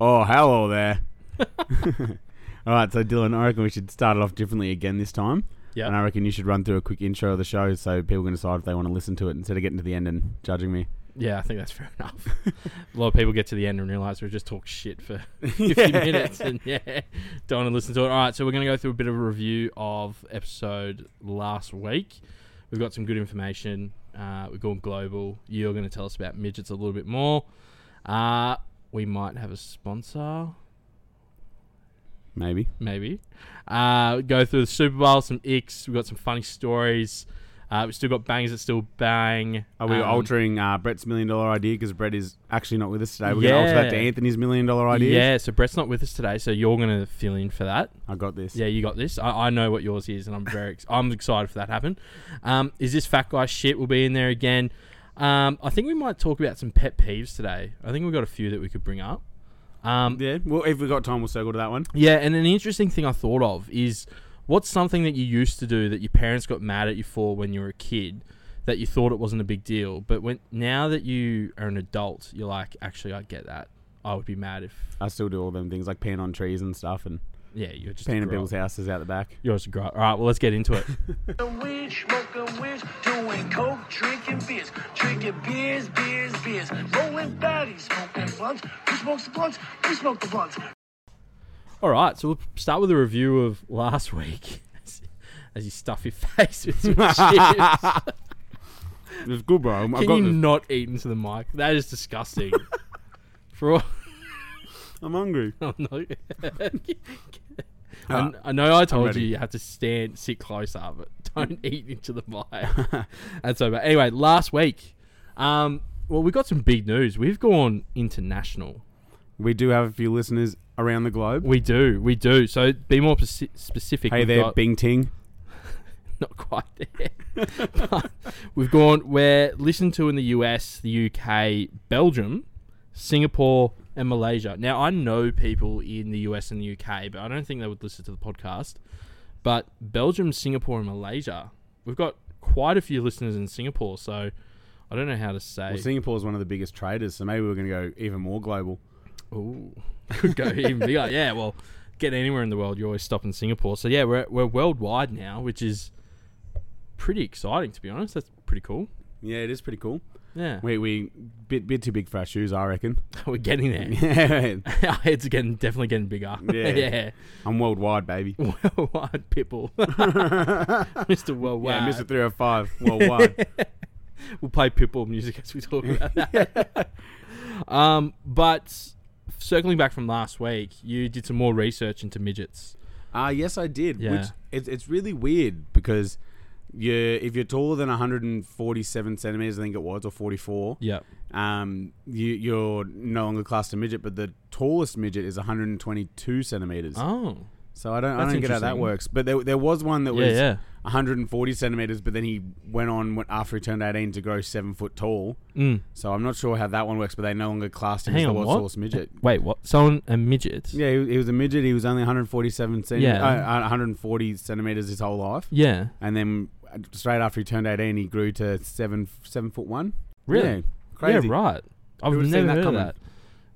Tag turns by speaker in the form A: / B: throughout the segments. A: Oh, hello there. All right, so Dylan, I reckon we should start it off differently again this time.
B: Yeah.
A: And I reckon you should run through a quick intro of the show so people can decide if they want to listen to it instead of getting to the end and judging me.
B: Yeah, I think that's fair enough. a lot of people get to the end and realize we just talk shit for 50 minutes and yeah, don't want to listen to it. All right, so we're going to go through a bit of a review of episode last week. We've got some good information. Uh, we're going global. You're going to tell us about midgets a little bit more. Uh, we might have a sponsor,
A: Maybe.
B: maybe. Uh, go through the Super Bowl, some icks. We've got some funny stories. Uh, we've still got bangs that still bang.
A: Are we
B: Um,
A: altering uh, Brett's million dollar idea because Brett is actually not with us today? We're going to alter that to
B: Yeah.
A: Anthony's million dollar idea.
B: Yeah, so Brett's not with us today, so you're going to fill in for that.
A: I got this.
B: Yeah, you got this. I, I know what yours is, and I'm very ex- I'm excited for that to happen. Um, is this fat guy shit? We'll be in there again. Um, I think we might talk about some pet peeves today. I think we've got a few that we could bring up. Um,
A: Yeah. Well, if we've got time, we'll circle to that one.
B: yeah, and an interesting thing I thought of is what's something that you used to do that your parents got mad at you for when you were a kid that you thought it wasn't a big deal, but when now that you are an adult, you're like, actually, I get that. I would be mad if
A: I still do all them things like peeing on trees and stuff and
B: yeah, you're just a
A: peeing at
B: grown-
A: people's houses out the back.
B: You're just a grown. All right, well, let's get into it.
C: Smoking weed, smoking weed, doing coke, drinking beers, drinking beers, beers, beers, rolling baddies, smoking blunts. Who smokes the blunts? We smoke the blunts.
B: All right, so we'll start with a review of last week. As, as you stuff your face with some chips. Can
A: It's good, bro. I've got
B: you
A: this.
B: not eat into the mic? That is disgusting. For all,
A: I'm hungry.
B: I know- I,
A: Ah,
B: kn- I know I told
A: ready.
B: you you have to stand, sit closer, but don't eat into the mic. and so, but anyway, last week, um, well, we got some big news. We've gone international.
A: We do have a few listeners around the globe.
B: We do, we do. So be more speci- specific.
A: Hey
B: We've
A: there,
B: got-
A: Bing Ting.
B: not quite there. But we've gone, we're listened to in the US, the UK, Belgium, Singapore, and Malaysia. Now, I know people in the US and the UK, but I don't think they would listen to the podcast. But Belgium, Singapore, and Malaysia, we've got quite a few listeners in Singapore, so I don't know how to say.
A: Well, Singapore is one of the biggest traders, so maybe we're going to go even more global.
B: Ooh, could go even bigger. Yeah, well, get anywhere in the world, you always stop in Singapore. So yeah, we're we're worldwide now, which is pretty exciting to be honest. That's pretty cool.
A: Yeah, it is pretty cool.
B: Yeah,
A: We we bit bit too big for our shoes, I reckon.
B: we're getting there.
A: I'm
B: Our heads are getting definitely getting bigger.
A: Yeah.
B: yeah.
A: worldwide, baby.
B: Worldwide pitbull, Mr.
A: Yeah,
B: Worldwide.
A: Mr. 305, worldwide.
B: We'll play pitbull music as we talk about that. um, but circling back from last week, you did some more research into midgets.
A: uh, yes, I did. Which
B: Yeah.
A: it's, it's really weird because you if you're taller than 147 centimeters, I think it was, or 44,
B: Yep.
A: um, you, you're no longer classed a midget, but the tallest midget is 122 centimeters.
B: Oh.
A: So I don't, I
B: That's
A: don't get how that
B: interesting.
A: works. But there, there was one that
B: Yeah,
A: was
B: yeah.
A: 140 centimeters, but then he went on when- after he turned 18 to grow seven foot tall.
B: Mm.
A: So I'm not sure how that one works, but they no longer classed him
B: Hang
A: as the
B: on,
A: world's
B: what?
A: tallest midget.
B: Wait, what? Someone uh, a midget?
A: Yeah, he, he was a midget. He was only 147 centimeters,
B: Yeah.
A: uh, 140 centimeters his whole life,
B: Yeah.
A: and then uh, straight after he turned 18, he grew to seven seven foot one.
B: Really?
A: Yeah, crazy.
B: Yeah, right. I've
A: Who would've
B: never
A: seen
B: heard
A: that
B: of
A: coming?
B: that.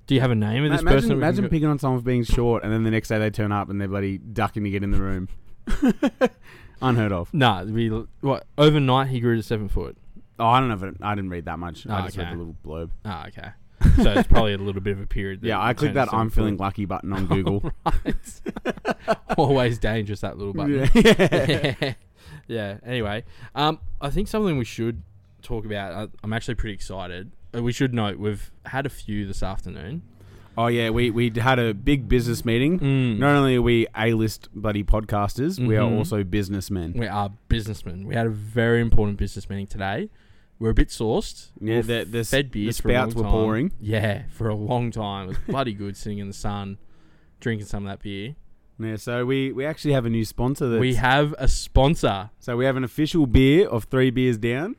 B: Do you have a name of
A: Ma-
B: this
A: imagine
B: person? that we can
A: imagine
B: go-
A: picking on someone for being short, and then the next day they turn up and they're bloody ducking to get in the room. Unheard of.
B: Nah, it'd be l- what? Overnight, he grew to seven foot.
A: Oh, I don't know. If it, I didn't read that much. I
B: Oh,
A: just read
B: okay.
A: the little blurb.
B: Ah, okay. So it's probably a little bit of a period. that
A: Yeah,
B: it
A: I clicked
B: turned to
A: that
B: seven
A: "I'm feeling lucky" button on Google.
B: foot. always dangerous that little button.
A: yeah.
B: Yeah. Anyway, um, I think something we should talk about. I, I'm actually pretty excited. Uh, We should note we've had a few this afternoon.
A: Oh yeah, we we had a big business meeting.
B: Mm.
A: Not only are we A-list bloody podcasters, we
B: Mm-hmm.
A: are also businessmen.
B: We are businessmen. We had a very important business meeting today. We're a bit sourced.
A: Yeah,
B: We're
A: the- the s-
B: fed
A: the
B: beers for a
A: spouts
B: long
A: were
B: time.
A: pouring.
B: Yeah, for a long time. It was bloody good sitting in the sun, drinking some of that beer.
A: Yeah, so we we actually have a new sponsor. That's,
B: we have a sponsor.
A: so we have an official beer of three beers down.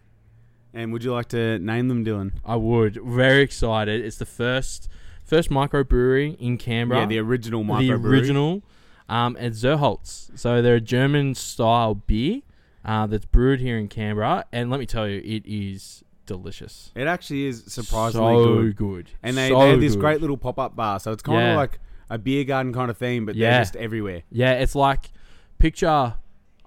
A: And would you like to name them, Dylan?
B: I would. Very excited. It's the first first microbrewery in Canberra.
A: Yeah, the original
B: the
A: microbrewery.
B: original um, at Zerholtz. So they're a German style beer uh, that's brewed here in Canberra, and let me tell you, it is delicious.
A: It actually is surprisingly
B: So
A: good.
B: good.
A: And they,
B: So
A: they have this
B: good.
A: great little pop up bar. So it's kind
B: Yeah.
A: of like a beer garden kind of theme, but
B: Yeah.
A: they're just everywhere.
B: Yeah, it's like picture. I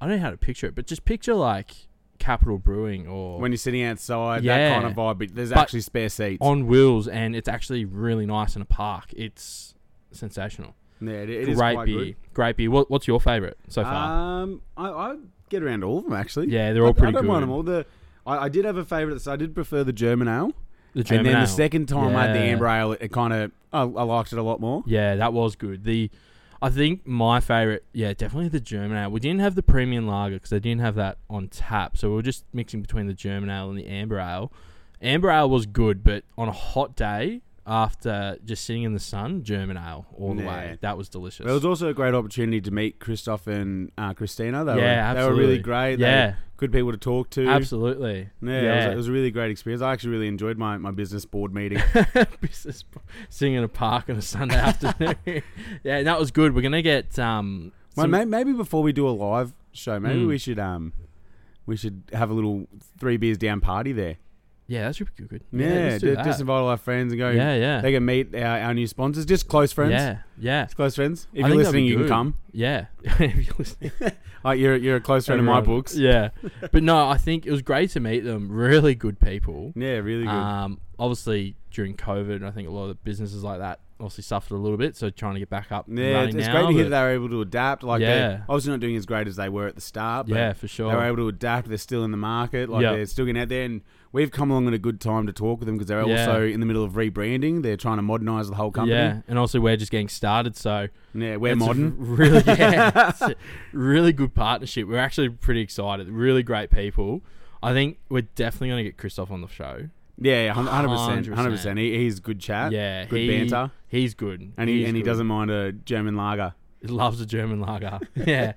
B: don't know how to picture it, but just picture like Capital Brewing or
A: When you're sitting outside,
B: Yeah.
A: that kind of vibe, but there's
B: But-
A: actually spare seats.
B: on wheels, and it's actually really nice in a park. It's sensational.
A: yeah, it, it is
B: Great
A: quite
B: beer,
A: good.
B: great beer. What, what's your favorite so far?
A: Um, I, I get around to all of them actually.
B: Yeah, they're all pretty
A: I, I don't mind
B: good.
A: them all. The I, I did have a favourite, so I did prefer the German ale.
B: the German
A: and then
B: ale.
A: the second time I had the
B: Yeah.
A: amber ale, it kind of I, I liked it a lot more.
B: Yeah, that was good. The I think my favorite, yeah, definitely the German ale. We didn't have the premium lager because they didn't have that on tap, so we were just mixing between the German ale and the amber ale. Amber ale was good, but on a hot day after just sitting in the sun, German ale all the
A: Yeah.
B: way. That was delicious.
A: But it was also a great opportunity to meet Christoph and uh, Christina. They
B: Yeah,
A: were, they were really
B: absolutely.
A: great.
B: Yeah.
A: they were good people to talk to.
B: Absolutely.
A: Yeah, It, was, it was a really great experience. I actually really enjoyed my, my business board meeting.
B: Business bo- sitting in a park on a Sunday afternoon. yeah, that was good. We're gonna get um.
A: Well,
B: some-
A: may- maybe before we do a live show, maybe
B: Mm.
A: we should um we should have a little three beers down party there.
B: yeah, that should be good.
A: Yeah,
B: let's do
A: ju-
B: that.
A: just invite all our friends and go.
B: yeah, yeah.
A: They can meet our, our new sponsors, just close friends.
B: Yeah, yeah.
A: Just close friends. If you're
B: I think that'd be
A: listening, you can
B: good.
A: come.
B: Yeah. if you're listening.
A: Like you're you're a close friend in my
B: Everyone-
A: books. Yeah,
B: Yeah. But no, I think it was great to meet them. Really good people.
A: really good.
B: Um, obviously, during COVID, I think a lot of the businesses like that obviously suffered a little bit. So trying to get back up. and
A: yeah, it's,
B: running
A: it's
B: now,
A: great to hear
B: but-
A: that they're able to adapt. Like
B: Yeah.
A: they're obviously not doing as great as they were at the start. But
B: Yeah, for sure.
A: They're able to adapt. They're still in the market. Like
B: Yeah.
A: they're still getting out there, and we've come along at a good time to talk with them because they're
B: Yeah.
A: also in the middle of rebranding. They're trying to modernise the whole company.
B: Yeah, and also we're just getting started, so
A: Yeah, we're
B: it's a
A: modern.
B: really, yeah, it's a really good partnership. We're actually pretty excited. Really great people. I think we're definitely going to get Christoph on the show.
A: yeah, yeah, hun- 100%.
B: 100%.
A: 100%. He, he's good chat.
B: yeah,
A: Uh, Good
B: he-
A: banter.
B: He's good,
A: And he,
B: is
A: and he
B: good.
A: doesn't mind a German lager.
B: He loves a German lager. yeah.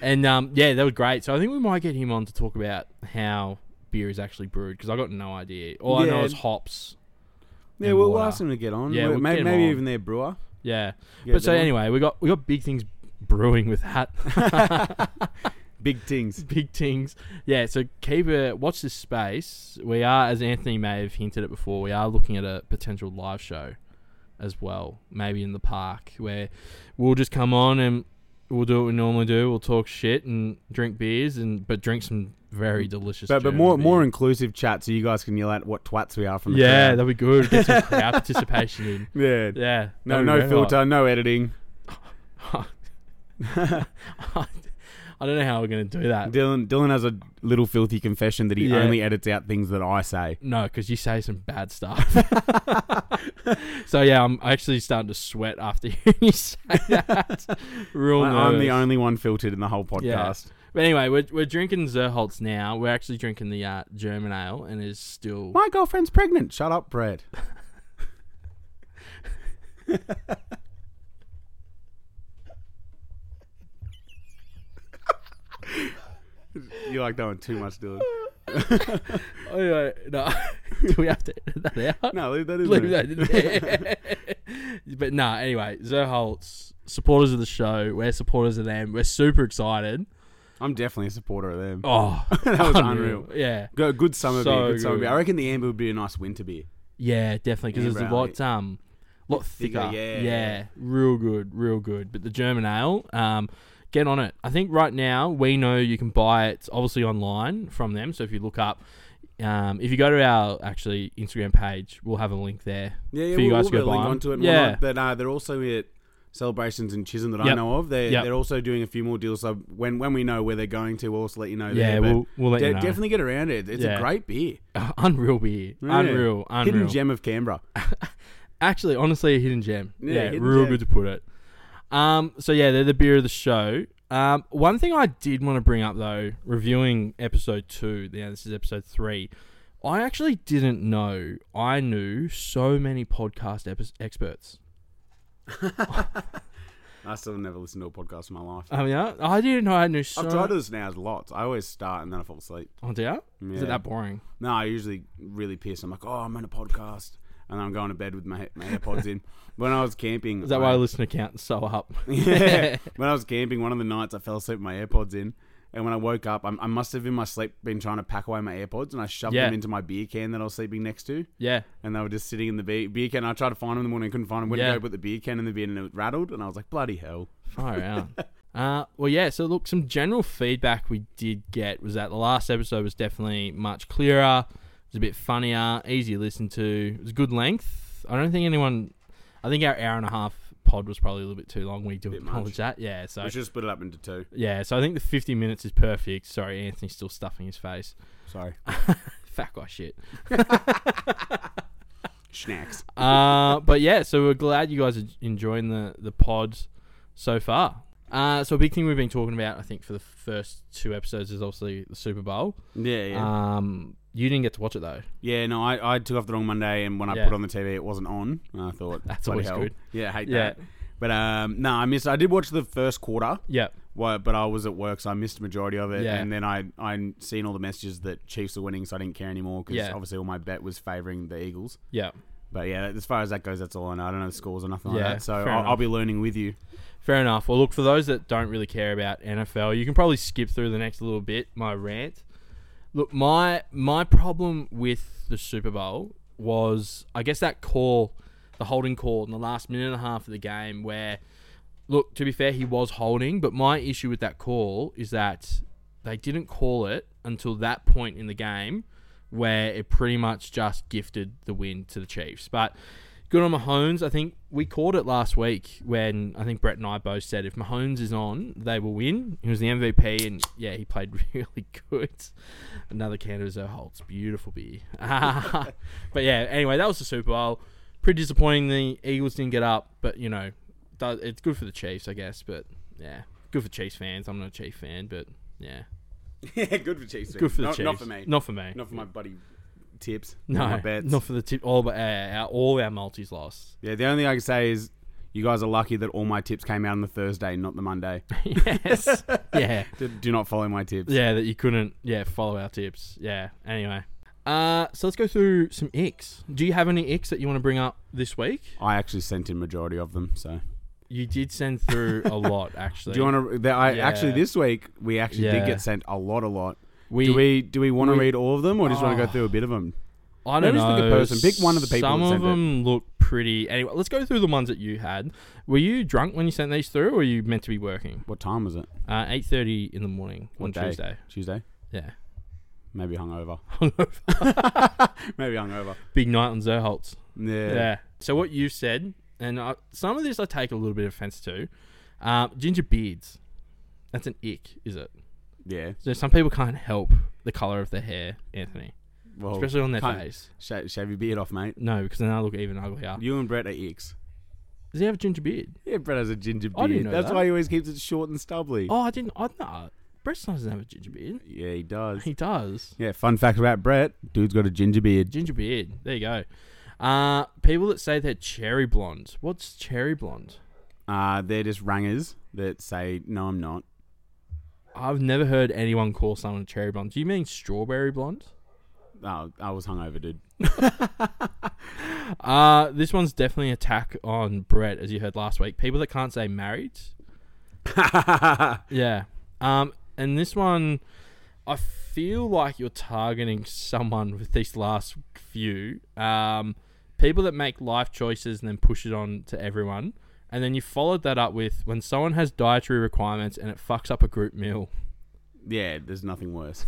B: And um, yeah, that was great. So I think we might get him on to talk about how beer is actually brewed because I got no idea. All I know
A: Yeah.
B: is hops.
A: Yeah,
B: And
A: we'll, we'll
B: water.
A: ask him to get on.
B: Yeah,
A: Yeah,
B: we'll get
A: maybe,
B: him
A: maybe
B: on.
A: even their brewer.
B: Yeah.
A: Yeah,
B: but so
A: they're-
B: anyway, we got we got big things brewing with that.
A: Big things.
B: big things. Yeah. So keep a watch this space. We are, as Anthony may have hinted at before, we are looking at a potential live show as well, maybe in the park where we'll just come on and we'll do what we normally do. We'll talk shit and drink beers and but drink some very delicious.
A: But, but
B: German
A: more
B: beer.
A: more inclusive chat so you guys can yell out what twats we are from the
B: yeah,
A: crowd.
B: that'd be good. Get some crowd participation in.
A: Yeah.
B: Yeah.
A: No, no
B: that'd be very hot.
A: filter, no editing.
B: I don't know how we're gonna do that.
A: Dylan Dylan has a little filthy confession that he
B: Yeah.
A: only edits out things that I say.
B: No, because you say some bad stuff. so yeah, I'm actually starting to sweat after hearing you say that. Real
A: I, am the
B: nervous.
A: only one filtered in the whole
B: Yeah.
A: podcast.
B: But anyway, we're, we're drinking Zerholtz now. We're actually drinking the uh, German ale, and it's still
A: My girlfriend's pregnant. Shut up, Brad. you like that one too much, Dylan.
B: Anyway, Oh, no. Do we have to edit that out?
A: No, that is
B: Leave that in there. but no, anyway, Zerholtz supporters of the show. We're supporters of them. We're super excited.
A: I'm definitely a supporter of them.
B: Oh,
A: That was unreal.
B: Yeah,
A: Go, good summer
B: So
A: beer. Good summer
B: good.
A: beer. I reckon the amber would be a nice winter beer.
B: Yeah, definitely because it's a
A: Amber
B: lot, um, lot thicker.
A: Thicker,
B: yeah.
A: yeah.
B: real good, real good. But the German ale, um, get on it. I think right now we know you can buy it obviously online from them. So if you look up, um, if you go to our actually Instagram page, we'll have a link there
A: Yeah, yeah
B: for you
A: we'll,
B: guys
A: we'll
B: to go
A: put a
B: buy.
A: link
B: 'em.
A: onto it. And
B: yeah,
A: whatnot, but uh, they're also at celebrations in Chisholm that I
B: Yep.
A: know of. They're,
B: Yep.
A: they're also doing a few more deals. So when when we know where they're going to, we'll also let you know.
B: yeah,
A: there, but
B: we'll we'll let
A: de-
B: you know.
A: definitely get around it. It's
B: Yeah.
A: a great beer.
B: unreal beer,
A: Yeah.
B: unreal, unreal.
A: Hidden gem of Canberra.
B: actually honestly a hidden gem yeah,
A: Yeah, hidden
B: real
A: gem.
B: good to put it um so yeah they're the beer of the show um one thing i did want to bring up though reviewing episode two now this is episode three i actually didn't know i knew so many podcast epi- experts
A: I still never listened to a podcast in my life.
B: i mean i, Um, I didn't know i knew so
A: I've tried to listen now lots. I always start and then I fall asleep.
B: oh dear is it
A: Yeah.
B: that boring
A: No, I usually really piss. I'm like, oh, I'm on a podcast. And I'm going to bed with my, my AirPods in. When I was camping,
B: is that why i listen to count and sew up
A: yeah. When I was camping, one of the nights I fell asleep with my AirPods in, And when I woke up, I, I must have in my sleep been trying to pack away my AirPods, and I shoved
B: Yeah.
A: them into my beer can that I was sleeping next to,
B: Yeah.
A: and they were just sitting in the beer, beer can. I tried to find them in the morning, couldn't find them. Went
B: Yeah.
A: to go put the beer can in the bin, and it rattled, and I was like, bloody hell.
B: Far out. Uh, well, yeah. So, look, some general feedback we did get was that the last episode was definitely much clearer. It was a bit funnier, easy to listen to. It was good length. I don't think anyone. I think our hour and a half pod was probably a little bit too long. We do
A: Bit
B: acknowledge
A: much.
B: that. Yeah. So.
A: I should have split it up into two.
B: yeah, so I think the 50 minutes is perfect. Sorry, Anthony's still stuffing his face.
A: Sorry,
B: Fat guy shit.
A: snacks.
B: uh, but yeah, so we're glad you guys are enjoying the the pods so far. Uh, so a big thing we've been talking about, I think, for the first two episodes is obviously the Super Bowl.
A: Yeah, yeah.
B: Um, you didn't get to watch it though.
A: Yeah, no, I, I took off the wrong Monday, and when I
B: Yeah.
A: put on the TV, it wasn't on. And I thought
B: That's
A: bloody
B: always
A: hell.
B: good.
A: Yeah, I hate
B: Yeah.
A: that. But um, no, I missed. I did watch the first quarter,
B: Yeah,
A: wha- but I was at work, so I missed the majority of it.
B: Yeah.
A: And then I I seen all the messages that Chiefs are winning, so I didn't care anymore because
B: Yeah.
A: obviously all my bet was favoring the Eagles.
B: yeah.
A: But yeah, as far as that goes, that's all I know. I don't know the scores or nothing
B: Yeah,
A: like that, so
B: fair
A: I'll, I'll
B: enough.
A: be learning with you.
B: Fair enough. Well, look for those that don't really care about NFL, you can probably skip through the next little bit. My rant. Look, my my problem with the Super Bowl was, I guess, that call, the holding call in the last minute and a half of the game, where, look, to be fair, he was holding, but my issue with that call is that they didn't call it until that point in the game, where it pretty much just gifted the win to the Chiefs. But good on Mahomes. I think we called it last week when I think Brett and I both said if Mahomes is on, they will win. He was the MVP, and yeah, he played really good. Another can of Zoe Holt's beautiful beer. but yeah, anyway, that was the Super Bowl. Pretty disappointing. The Eagles didn't get up, but you know, does- it's good for the Chiefs, I guess. But yeah, good for Chiefs fans. I'm not a Chiefs fan, but yeah,
A: yeah, good for Chiefs.
B: good for the
A: not,
B: Chiefs.
A: Not for me.
B: Not for me.
A: Not for my buddy tips.
B: no,
A: not my bets.
B: not for the tip. All but uh, our, all our multis lost.
A: yeah, the only thing I can say is. You guys are lucky that all my tips came out on the Thursday, not the Monday.
B: yes. Yeah.
A: Do- Do not follow my tips.
B: Yeah, that you couldn't, yeah, follow our tips. Yeah. Anyway. Uh, so let's go through some icks. Do you have any icks that you want to bring up this week?
A: I actually sent in majority of them. So
B: You did send through a lot, actually.
A: do you want to? I
B: Yeah.
A: actually this week we actually
B: Yeah.
A: did get sent a lot, a lot.
B: we,
A: do we do we want to
B: we-
A: read all of them or just want to
B: Oh.
A: go through a bit of them?
B: I don't
A: who's
B: know.
A: the good person? Pick one of the people
B: Some
A: that
B: of
A: sent it.
B: them look pretty. Anyway, let's go through the ones that you had. Were you drunk when you sent these through, or were you meant to be working?
A: What time was it?
B: Uh, eight thirty in the morning
A: What
B: on
A: day?
B: Tuesday.
A: Tuesday.
B: Yeah.
A: Maybe hungover.
B: Hungover.
A: Maybe hungover.
B: Big night on Zerholtz.
A: Yeah.
B: Yeah. So what you said, and I, some of this I take a little bit of offense to, uh, ginger beards. That's an ick, is it?
A: Yeah.
B: So some people can't help the color of their hair, Anthony,
A: Well,
B: especially on their
A: Oh, can't-
B: face.
A: Sha- shave your beard off, mate.
B: No, because then I look even uglier.
A: You and Brett are icks.
B: Does he have a ginger beard?
A: Yeah, Brett has a ginger beard.
B: I didn't know
A: That's
B: that.
A: why he always keeps it short and stubbly.
B: Oh, I didn't. I no. Breston doesn't have a ginger beard.
A: Yeah, he does.
B: He does.
A: Yeah, fun fact about Brett, dude's got a ginger beard.
B: Ginger beard. There you go. Uh, people that say they're cherry blonde. What's cherry blonde?
A: Uh, they're just rangers that say, no, I'm not.
B: I've never heard anyone call someone cherry blonde. Do you mean strawberry blonde?
A: Oh, I was hungover, dude.
B: Uh, this one's definitely an attack on Brett, as you heard last week. People that can't say married. Yeah. Um, and this one, I feel like you're targeting someone with these last few. Um, people that make life choices and then push it on to everyone. And then you followed that up with when someone has dietary requirements and it fucks up a group meal.
A: Yeah, there's nothing worse.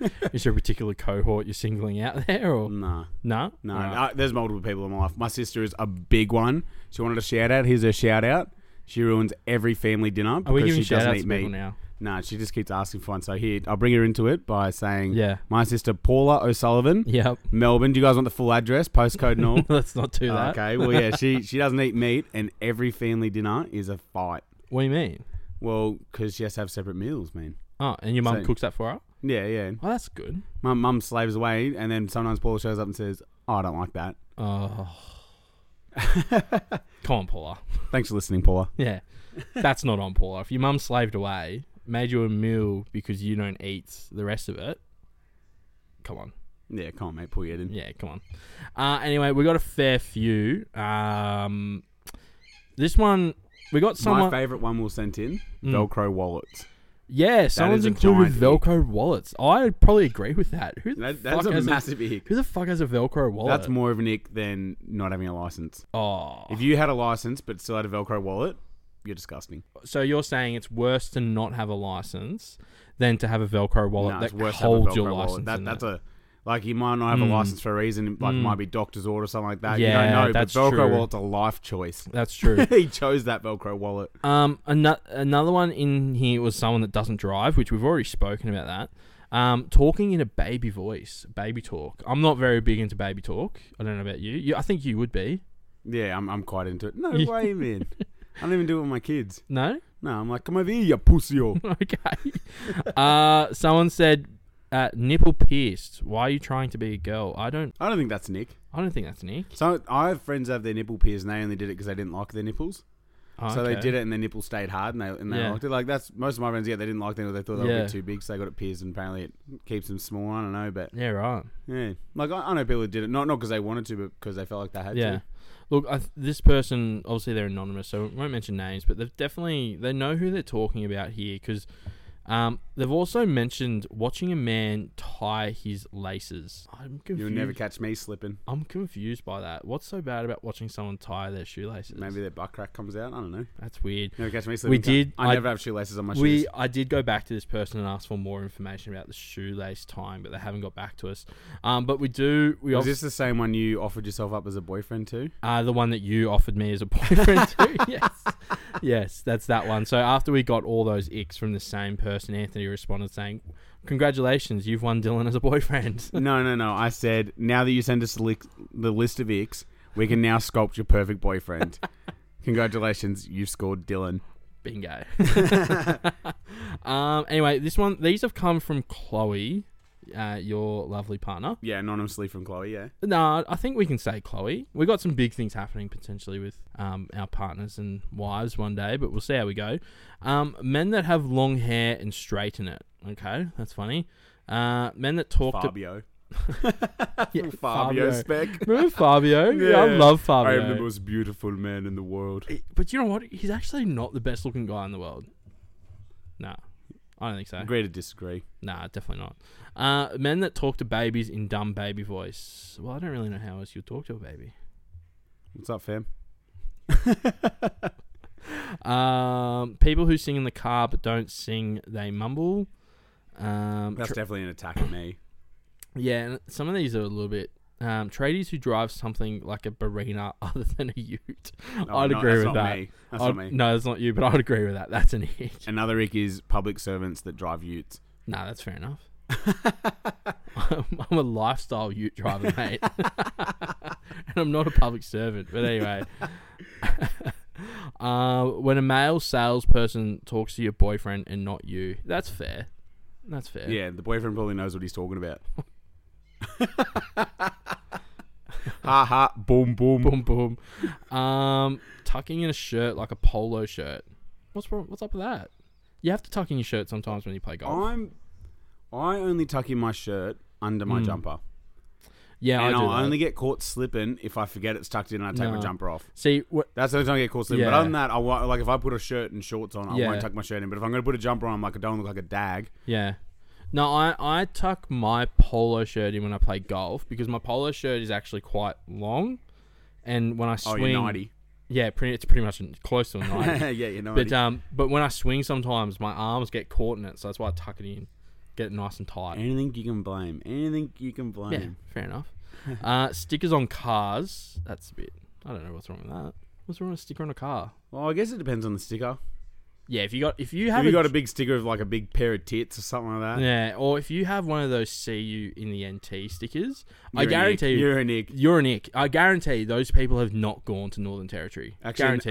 B: Is there a particular cohort you're singling out there or
A: Nah,
B: no?
A: Mm. no. Uh,
B: Right.
A: there's multiple people in my life. My sister is a big one. She wanted a shout out. Here's her shout out. She ruins every family dinner because
B: Are we giving
A: she
B: shout
A: doesn't
B: outs to
A: eat
B: people
A: meat.
B: now?
A: Nah, she just keeps asking for one. So here, I'll bring her into it by saying,
B: Yeah.
A: my sister Paula O'Sullivan,
B: Yep.
A: Melbourne. Do you guys want the full address, postcode, and all?
B: Let's not do that.
A: Oh, okay. Well, yeah, she she doesn't eat meat, and every family dinner is a fight.
B: What do you mean?
A: Well, because she has to have separate meals, man.
B: Oh, and your mum
A: So-
B: cooks that for her?
A: Yeah, yeah.
B: Oh, that's good.
A: My mum slaves away, and then sometimes Paula shows up and says, "Oh, I don't like that."
B: Oh. Come on, Paula.
A: Thanks for listening, Paula.
B: Yeah. That's not on Paula. If your mum slaved away, made you a meal because you don't eat the rest of it, come on.
A: Yeah, come on, mate. Pull your head in.
B: Yeah, come on. Uh, anyway, we got a fair few. Um, this one, we got
A: My
B: someone. Hmm.
A: favourite one we'll sent in, Velcro wallets.
B: Yeah, someone's
A: a
B: included
A: giant
B: Velcro wallets. I probably agree with that. Who the
A: That-
B: fuck
A: that's a
B: has
A: massive ick.
B: Who the fuck has a Velcro wallet?
A: That's more of an ick than not having a license.
B: oh.
A: If you had a license but still had a Velcro wallet, you're disgusting.
B: So you're saying it's worse to not have a license than to have a Velcro wallet
A: No,
B: that
A: it's worse to have a
B: holds your
A: Velcro wallet.
B: license.
A: That,
B: in
A: that's
B: it. Hmm.
A: a like you might not have a license for a reason. Like it might be doctor's order or something like that. you
B: Yeah,
A: don't know.
B: that's
A: but Velcro
B: true.
A: wallet's a life choice.
B: that's true.
A: he chose that Velcro wallet.
B: um, ano- another one in here was someone that doesn't drive, which we've already spoken about that. Um, talking in a baby voice, baby talk. I'm not very big into baby talk. I don't know about you. you I think you would be.
A: Yeah, I'm, I'm quite into it. No
B: Yeah.
A: way, man. I don't even do it with my kids.
B: No.
A: No, I'm like, come over here, you pussy.
B: okay. uh, someone said uh, nipple pierced. Why are you trying to be a girl? I don't.
A: I don't think that's Nick.
B: I don't think that's Nick.
A: So I have friends that have their nipple pierced, and they only did it because they didn't like their nipples.
B: Oh,
A: So they
B: okay.
A: did it, and their nipples stayed hard, and they and they
B: Yeah.
A: liked it. Like that's most of my friends. Yeah, they didn't like them, or they thought they were a
B: Yeah.
A: bit too big, so they got it pierced, and apparently it keeps them small. I don't know, but
B: Yeah. Right.
A: yeah, like I, I know people who did it not not because they wanted to, but because they felt like they had
B: Yeah.
A: to.
B: Look, I, th- this person obviously they're anonymous, so I won't mention names, but they've definitely they know who they're talking about here because um, they've also mentioned watching a man tie his laces. I'm confused.
A: You'll never catch me slipping.
B: I'm confused by that. What's so bad about watching someone tie their shoelaces?
A: Maybe their butt crack comes out. I don't know.
B: that's weird.
A: Never catch me slipping.
B: did-
A: I,
B: I-
A: never have shoelaces on my shoes.
B: We I did go back to this person and ask for more information about the shoelace tying, but they haven't got back to us. Um, but we do. We
A: Is
B: obviously.
A: this the same one you offered yourself up as a boyfriend to?
B: Uh, the one that you offered me as a boyfriend too. yes. Yes, that's that one. So after we got all those icks from the same person, Anthony responded saying, Congratulations, you've won Dylan as a boyfriend.
A: No, no, no. I said, now that you send us the, li- the list of icks, we can now sculpt your perfect boyfriend. Congratulations, you scored Dylan.
B: Bingo. um, anyway, this one, these have come from Chloe, uh, your lovely partner.
A: Yeah, anonymously from Chloe, yeah.
B: No, I think we can say Chloe. We got some big things happening potentially with um, our partners and wives one day, but we'll see how we go. Um, men that have long hair and straighten it. Okay, that's funny. Uh, men that talk to
A: Fabio.
B: Yeah,
A: Fabio Speck.
B: Remember Fabio? yeah. I love Fabio. Eh,
A: I am the most beautiful man in the world.
B: but you know what? He's actually not the best looking guy in the world. Nah, I don't think so.
A: Agree to disagree.
B: Nah, definitely not. Uh, men that talk to babies in dumb baby voice. Well, I don't really know how else you talk to a baby.
A: What's up, fam?
B: Um, people who sing in the car but don't sing, they mumble. Um,
A: That's
B: tr-
A: definitely an attack at me.
B: yeah, and some of these are a little bit. Um, tradies who drive something like a Barina other than a Ute.
A: Oh,
B: I'd
A: no,
B: agree
A: that's not
B: with that.
A: me. That's
B: I'd-
A: not me.
B: No, that's not you, but I'd agree with that. That's an ick.
A: Another ick is public servants that drive utes.
B: Nah, that's fair enough. I'm, I'm a lifestyle Ute driver, mate, and I'm not a public servant. But anyway, uh, when a male salesperson talks to your boyfriend and not you, that's fair. That's fair.
A: Yeah, the boyfriend probably knows what he's talking about. ha ha, boom, boom.
B: Boom, boom. Um, tucking in a shirt like a polo shirt. What's wrong? What's up with that? You have to tuck in your shirt sometimes when you play golf.
A: I'm, I only tuck in my shirt under my jumper,
B: Hmm. yeah, I
A: and
B: do.
A: I will
B: that.
A: only get caught slipping if I forget it's tucked in and I take
B: No.
A: my jumper off.
B: See, wh-
A: That's the only time I get caught slipping. But
B: Yeah.
A: other than that, I want, like if I put a shirt and shorts on, I
B: Yeah.
A: won't tuck my shirt in. But if I'm going to put a jumper on, I'm like I don't look like a dag.
B: Yeah. No, I, I tuck my polo shirt in when I play golf because my polo shirt is actually quite long, and when I
A: Oh,
B: swing,
A: you're ninety.
B: yeah, pretty, it's pretty much close to a ninety.
A: yeah, you're ninety.
B: but um, but when I swing, sometimes my arms get caught in it, so that's why I tuck it in, get it nice and tight.
A: anything you can blame, anything you can blame.
B: yeah, fair enough. uh, stickers on cars. That's a bit. I don't know what's wrong with that. What's wrong with a sticker on a car?
A: Well, I guess it depends on the sticker.
B: Yeah, if you got if you have
A: Have you
B: a,
A: got a big sticker of like a big pair of tits or something like that?
B: yeah, or if you have one of those see you in the NT stickers,
A: You're an
B: I
A: ick.
B: guarantee you
A: You're an ick.
B: You're an ick. I guarantee those people have not gone to Northern Territory. guarantee.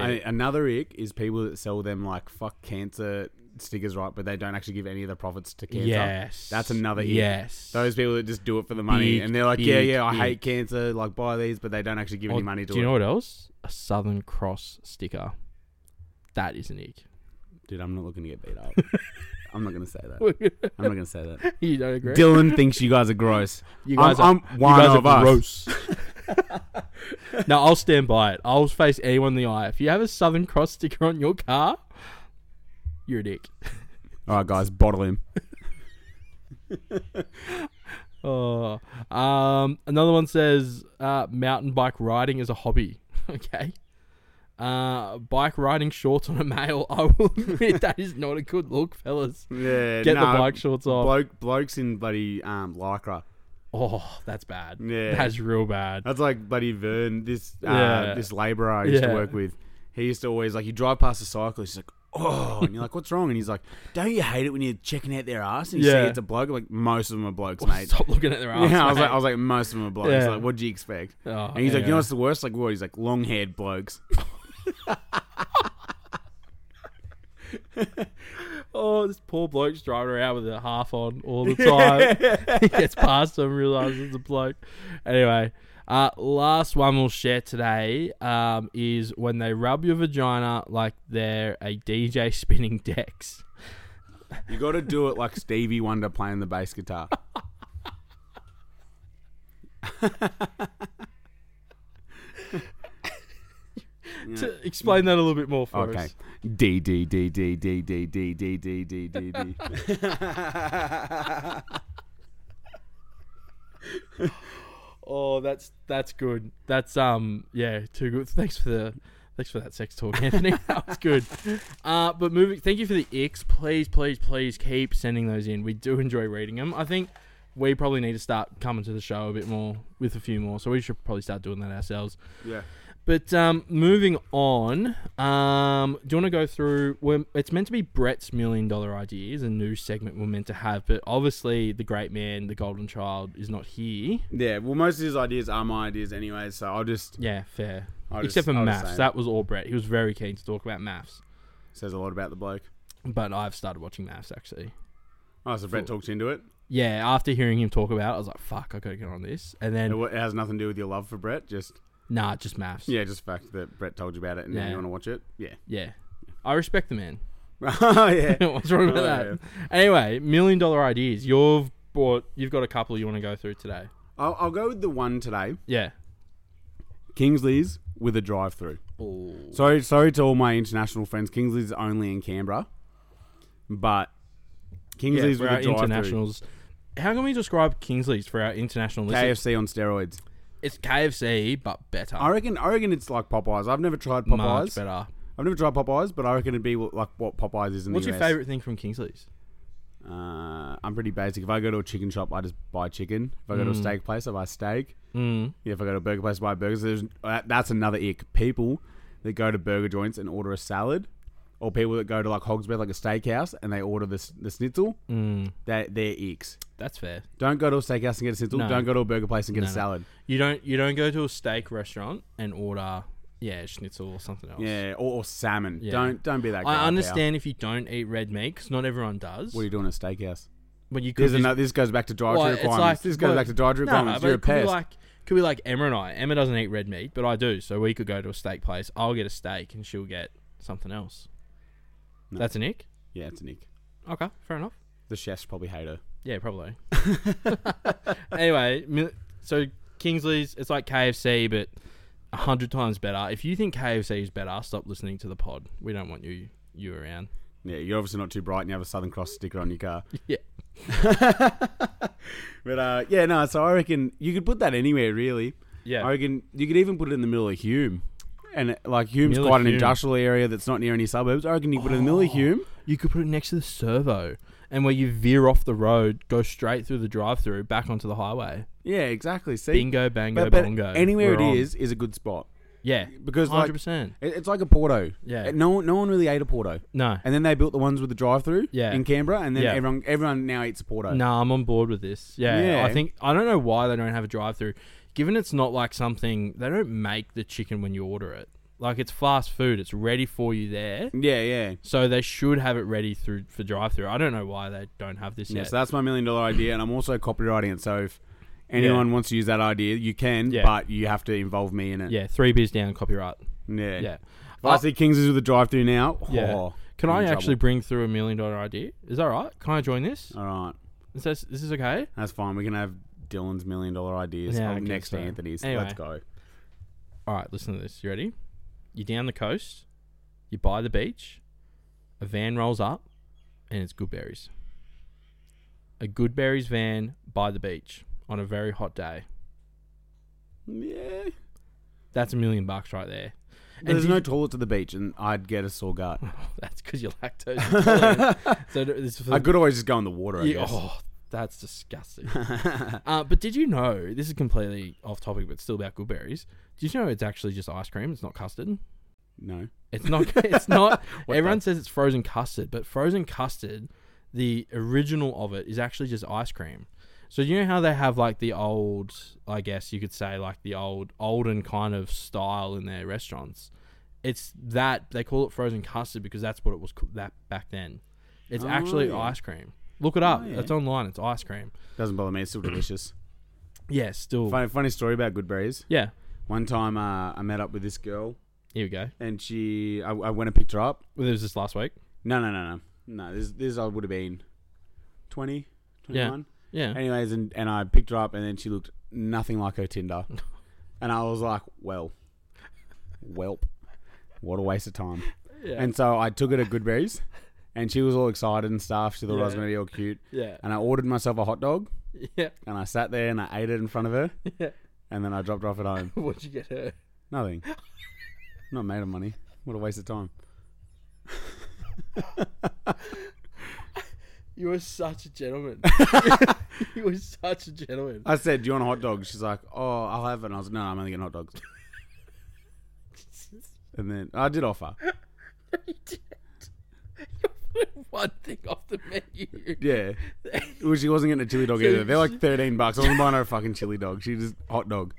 A: Actually, an- a- another ick is people that sell them like fuck cancer stickers, right? But they don't actually give any of the profits to cancer.
B: Yes.
A: that's another ick.
B: Yes.
A: Those people that just do it for the money
B: Big,
A: and they're like, yeah,
B: big,
A: yeah, I
B: big.
A: hate cancer. Like buy these, but they don't actually give
B: Or-
A: any money to
B: Do
A: it.
B: you know what else? A Southern Cross sticker. That is an ick.
A: Dude, I'm not looking to get beat up. I'm not gonna say that. I'm not gonna say that.
B: you don't agree?
A: Dylan thinks you guys are gross.
B: you
A: I'm- I'm one
B: you guys
A: of
B: are
A: us.
B: gross. no, I'll stand by it. I'll face anyone in the eye. If you have a Southern Cross sticker on your car, you're a dick.
A: All right, guys, bottle him.
B: Oh, um, another one says uh, mountain bike riding is a hobby. Okay. Uh, bike riding shorts on a male. I will admit that is not a good look, fellas.
A: Yeah,
B: Get
A: nah,
B: the bike shorts off.
A: Bloke, blokes in bloody um, lycra.
B: oh, that's bad.
A: Yeah.
B: That's real bad.
A: That's like bloody Vern, this uh,
B: Yeah.
A: this labourer I used
B: Yeah.
A: to work with. He used to always like you drive past a cyclist, he's like, oh, and you're like, what's wrong? And he's like, don't you hate it when you're checking out their ass and you
B: Yeah.
A: see it's a bloke? I'm like most of them are blokes, mate.
B: Stop looking at their ass.
A: yeah, I was
B: mate.
A: like, I was like, most of them are blokes.
B: Yeah.
A: Like, what do you expect?
B: Oh,
A: and he's like,
B: yeah.
A: you know what's the worst? Like, what? He's like, long haired blokes.
B: oh, this poor bloke's driving around with a half on all the time. he gets past him, realizes it's a bloke. Anyway, uh, last one we'll share today um, is when they rub your vagina like they're a DJ spinning decks.
A: You got to do it like Stevie Wonder playing the bass guitar.
B: To explain that a little bit more for
A: Okay.
B: us.
A: D D D D D D D D D D D D.
B: Oh, that's that's good. That's um yeah, too good. Thanks for the thanks for that sex talk, Anthony. that was good. Uh, but moving. Thank you for the icks. Please, please, please keep sending those in. We do enjoy reading them. I think we probably need to start coming to the show a bit more with a few more. So we should probably start doing that ourselves.
A: Yeah.
B: But um, moving on, um, do you want to go through? We're, it's meant to be Brett's million dollar ideas, a new segment we're meant to have. But obviously, the great man, the golden child, is not here.
A: Yeah, well, most of his ideas are my ideas anyway, so I'll just
B: Yeah, fair.
A: I'll just-
B: Except for
A: I'll just say
B: maths,
A: it.
B: that was all Brett. He was very keen to talk about maths,
A: says a lot about the bloke.
B: but I've started watching maths actually.
A: Oh, so Brett talked into it.
B: Yeah, after hearing him talk about, it, I was like, "Fuck, I gotta get on this." And
A: It
B: then,
A: wa- it has nothing to do with your love for Brett. Just
B: nah, just maths.
A: yeah, just the fact that Brett told you about it and now
B: Yeah.
A: you want to watch it. Yeah.
B: yeah. I respect the man.
A: oh yeah.
B: What's wrong with
A: Oh,
B: that? Anyway, million dollar ideas. You've bought. You've got a couple you want to go through today.
A: I'll, I'll go with the one today.
B: Yeah.
A: Kingsley's with a drive-through. Sorry, sorry to all my international friends. Kingsley's only in Canberra, but Kingsley's
B: for
A: with
B: our
A: a drive-through.
B: internationals. How can we describe Kingsley's for our international listeners?
A: KFC on steroids.
B: It's KFC, but better.
A: I reckon. I reckon it's like Popeyes. I've never tried
B: Much
A: Popeyes.
B: better.
A: I've never tried Popeyes, but I reckon it'd be like what Popeyes is in
B: What's
A: the
B: your
A: US.
B: favorite thing from Kingsley's?
A: Uh, I'm pretty basic. If I go to a chicken shop, I just buy chicken. If I go to a steak place, I buy steak.
B: Mm.
A: Yeah, if I go to a burger place, I buy burgers. There's, that- that's another ick. People that go to burger joints and order a salad, or people that go to like Hogsbeth, like a steakhouse, and they order the, s- the schnitzel,
B: Mm.
A: they, they're icks.
B: That's fair.
A: Don't go to a steakhouse and get a schnitzel.
B: No.
A: Don't go to a burger place and get
B: No,
A: a
B: no.
A: salad.
B: You don't you don't go to a steak restaurant and order yeah schnitzel or something else.
A: Yeah, or, or salmon.
B: Yeah.
A: Don't don't be that. guy, pal.
B: I understand if you don't eat red meat 'cause not everyone does.
A: What are you doing at a steakhouse?
B: but you could
A: There's
B: just-
A: another, this goes back to dietary
B: well, it's
A: requirements.
B: like-
A: this goes
B: well,
A: back to dietary
B: no,
A: requirements.
B: but
A: You're a
B: it could be
A: pest.
B: like could be like Emma and I. Emma doesn't eat red meat, but I do. So we could go to a steak place. I'll get a steak and she'll get something else. That's an ick.
A: yeah, it's Nick.
B: Okay, fair enough.
A: The chefs probably hate her.
B: Yeah, probably. anyway, mi- so Kingsley's it's like KFC, but a hundred times better. If you think KFC is better, stop listening to the pod. We don't want you you around.
A: Yeah, you're obviously not too bright and you have a Southern Cross sticker on your car.
B: Yeah,
A: But uh, yeah, no, so I reckon you could put that anywhere, really.
B: yeah.
A: I reckon you could even put it in the middle of Hume. And uh, like Hume's
B: Middle of
A: quite an
B: Hume. Oh.
A: industrial area that's not near any suburbs. I reckon you could put it in the middle of Hume.
B: You could put it next to the servo, and where you veer off the road, go straight through the drive-through, back onto the highway.
A: Yeah, exactly. See,
B: Bingo, bango,
A: but, but
B: bongo.
A: anywhere it
B: We're on.
A: is is a good spot
B: yeah,
A: because
B: hundred
A: like it-
B: percent.
A: it's like a Porto.
B: Yeah.
A: And no, one- no one really ate a Porto,
B: No,
A: and then they built the ones with the drive-through.
B: Yeah.
A: in Canberra, and then
B: Yeah.
A: everyone everyone now eats a Porto.
B: No, I'm on board with this. Yeah,
A: Yeah.
B: I think I don't know why they don't have a drive-through. Given it's not like something they don't make the chicken when you order it. Like it's fast food, it's ready for you there.
A: Yeah, yeah.
B: So they should have it ready through for drive-through. I don't know why they don't have this
A: Yeah,
B: yet.
A: so that's my million dollar idea, and I'm also copywriting it. So if anyone wants to use that idea, you can,
B: Yeah.
A: but you have to involve me in it.
B: yeah, three beers down, copyright.
A: yeah.
B: Yeah.
A: If I see Kings is with the drive-through now.
B: Yeah.
A: oh,
B: Can
A: I'm
B: I
A: in trouble.
B: actually bring through a million dollar idea? Is that right? Can I join this?
A: All right,
B: Is this, is this okay?
A: that's fine. We can have Dylan's million dollar ideas
B: Yeah,
A: oh,
B: I guess
A: next
B: so.
A: to Anthony's.
B: Anyway.
A: Let's go.
B: All right, listen to this. You ready? You're down the coast. You're by the beach. A van rolls up. and it's Goodberries. A Goodberries van by the beach on a very hot day.
A: Yeah.
B: That's a million bucks right there. And
A: There's
B: did
A: no
B: you-
A: toilet at the beach, and I'd get a sore gut.
B: That's because you're lactose intolerant. so it's for
A: I could always just go in the water. I
B: Yeah,
A: guess.
B: oh, that's disgusting. uh, but did you know? This is completely off topic, but still about goodberries. Did you know it's actually just ice cream? It's not custard.
A: No.
B: It's not. It's not.
A: What
B: everyone says it's frozen custard, but frozen custard, the original of it is actually just ice cream. So you know how they have like the old, I guess you could say like the old olden kind of style in their restaurants. It's that they call it frozen custard because that's what it was co- that back then. It's
A: Oh,
B: actually
A: yeah.
B: ice cream. Look it up.
A: yeah.
B: It's online. It's ice cream.
A: Doesn't bother me. It's still delicious.
B: Yeah, still.
A: Funny, funny story about good berries.
B: Yeah.
A: One time uh, I met up with this girl,
B: Here we go.
A: and she, I, I went and picked her up.
B: Well, there was this last week.
A: No, no, no, no. No, this, this I would have been 20,
B: Yeah.
A: 21.
B: Yeah.
A: Anyways, and, and I picked her up, and then she looked nothing like her Tinder. and I was like, well, welp. What a waste of time.
B: Yeah.
A: And so I took her to Goodberries, and she was all excited and stuff. She thought I was
B: Yeah.
A: going to be all cute.
B: yeah.
A: And I ordered myself a hot dog,
B: Yeah.
A: and I sat there and I ate it in front of her,
B: Yeah.
A: and then I dropped her off at home.
B: What'd you get her?
A: Nothing. Not made of money. What a waste of time.
B: You are such a gentleman. you are such a gentleman.
A: I said, "Do you want a hot dog?" She's like, "Oh, I'll have it." And I was like, "No, I'm only getting hot dogs." and then I did offer.
B: One thing off the menu.
A: Yeah, well, she wasn't getting a chili dog either. They're like thirteen bucks. I wasn't buying her a fucking chili dog. She just hot dog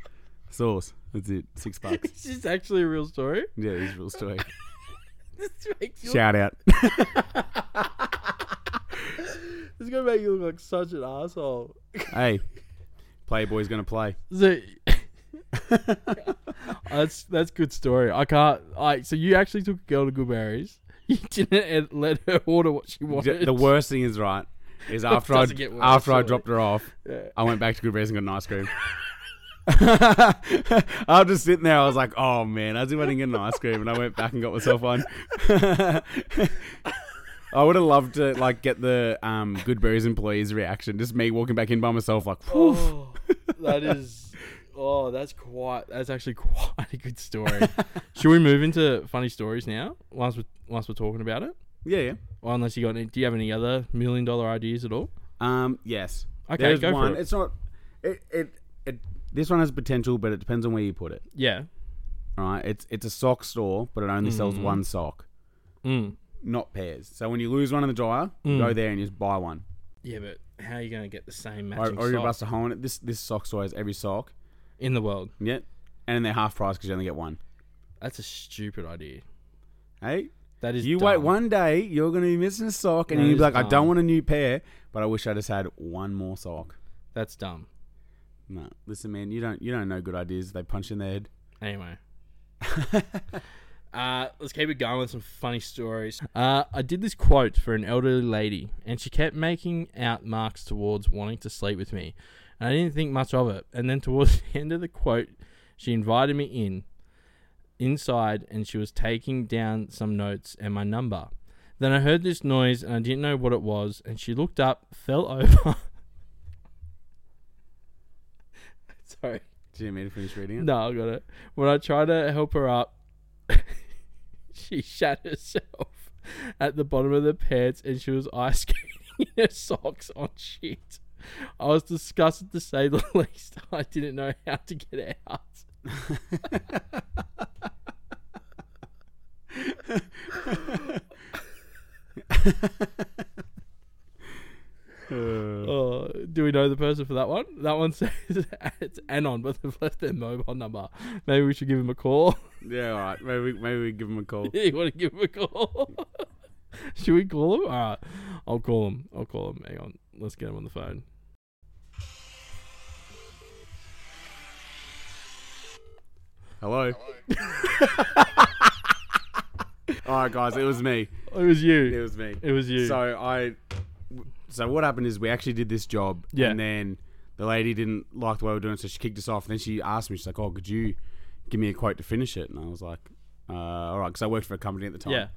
A: sauce. That's it. Six bucks.
B: This is actually a real story.
A: Yeah, it's a real story.
B: This makes you.
A: Shout out.
B: This is gonna make you look like such an asshole.
A: hey, Playboy's gonna play.
B: So, that's that's good story. I can't. I so you actually took a girl to Goodberries. You didn't let her order what she wanted.
A: The worst thing is right is after I
B: doesn't get worse,
A: after I
B: surely.
A: dropped her off,
B: Yeah.
A: I went back to Good Bears and got an ice cream. I was just sitting there. I was like, "Oh man, I just went and get an ice cream," and I went back and got myself one. I would have loved to like get the um, Goodberries employees' reaction. Just me walking back in by myself, like, "Whew."
B: Oh, that is. Oh, that's quite. That's actually quite a good story. Should we move into funny stories now? Once we once we're talking about it,
A: yeah, yeah.
B: or unless you got any, do you have any other million dollar ideas at all?
A: Um, yes.
B: Okay,
A: There's
B: go for
A: one.
B: it.
A: It's not. It, it it this one has potential, but it depends on where you put it.
B: Yeah.
A: All right. It's it's a sock store, but it only sells one sock,
B: Mm.
A: not pairs. So when you lose one in the dryer, go there and just buy one.
B: Yeah, but how are you going to get the same
A: or,
B: matching
A: or you
B: sock
A: bust a hole in it. This this sock store has every sock.
B: in the world?
A: Yeah, and they're half price because you only get one.
B: That's a stupid idea.
A: Hey,
B: That is.
A: you
B: dumb.
A: wait one day, you're gonna be missing a sock, and
B: That
A: you'll
B: is
A: be like, I
B: dumb.
A: don't want a new pair, but I wish I just had one more sock.
B: That's dumb.
A: No, listen, man, you don't you don't know good ideas. They punch you in the head.
B: Anyway. Uh, let's keep it going with some funny stories. Uh, I did this quote for an elderly lady, and she kept making out marks towards wanting to sleep with me. And I didn't think much of it. And then towards the end of the quote, she invited me in, inside, and she was taking down some notes and my number. Then I heard this noise, and I didn't know what it was. And she looked up, fell over. Sorry.
A: Do you need me to finish reading it?
B: No, I got it. When I try to help her up, she shat herself at the bottom of the pants and she was ice skating in her socks on shit. I was disgusted to say the least. I didn't know how to get it out. Oh, do we know the person for that one? That one says it's Anon, but they've left their mobile number. Maybe we should give him a call.
A: Yeah, all right. Maybe we- maybe we give them a call.
B: you want to give him a call? should we call him? All right, I'll call him. I'll call him. Hang on, let's get him on the phone.
A: Hello. all right, guys, it was me.
B: It was
A: It
B: you.
A: was me.
B: It was you.
A: So I, so what happened is we actually did this job,
B: Yeah.
A: and then the lady didn't like the way we were doing it, so she kicked us off. And then she asked me, she's like, "Oh, could
B: Oh.
A: you give me a quote to finish it?" And I was like, uh, "All right," because I worked for a company at the time.
B: Yeah.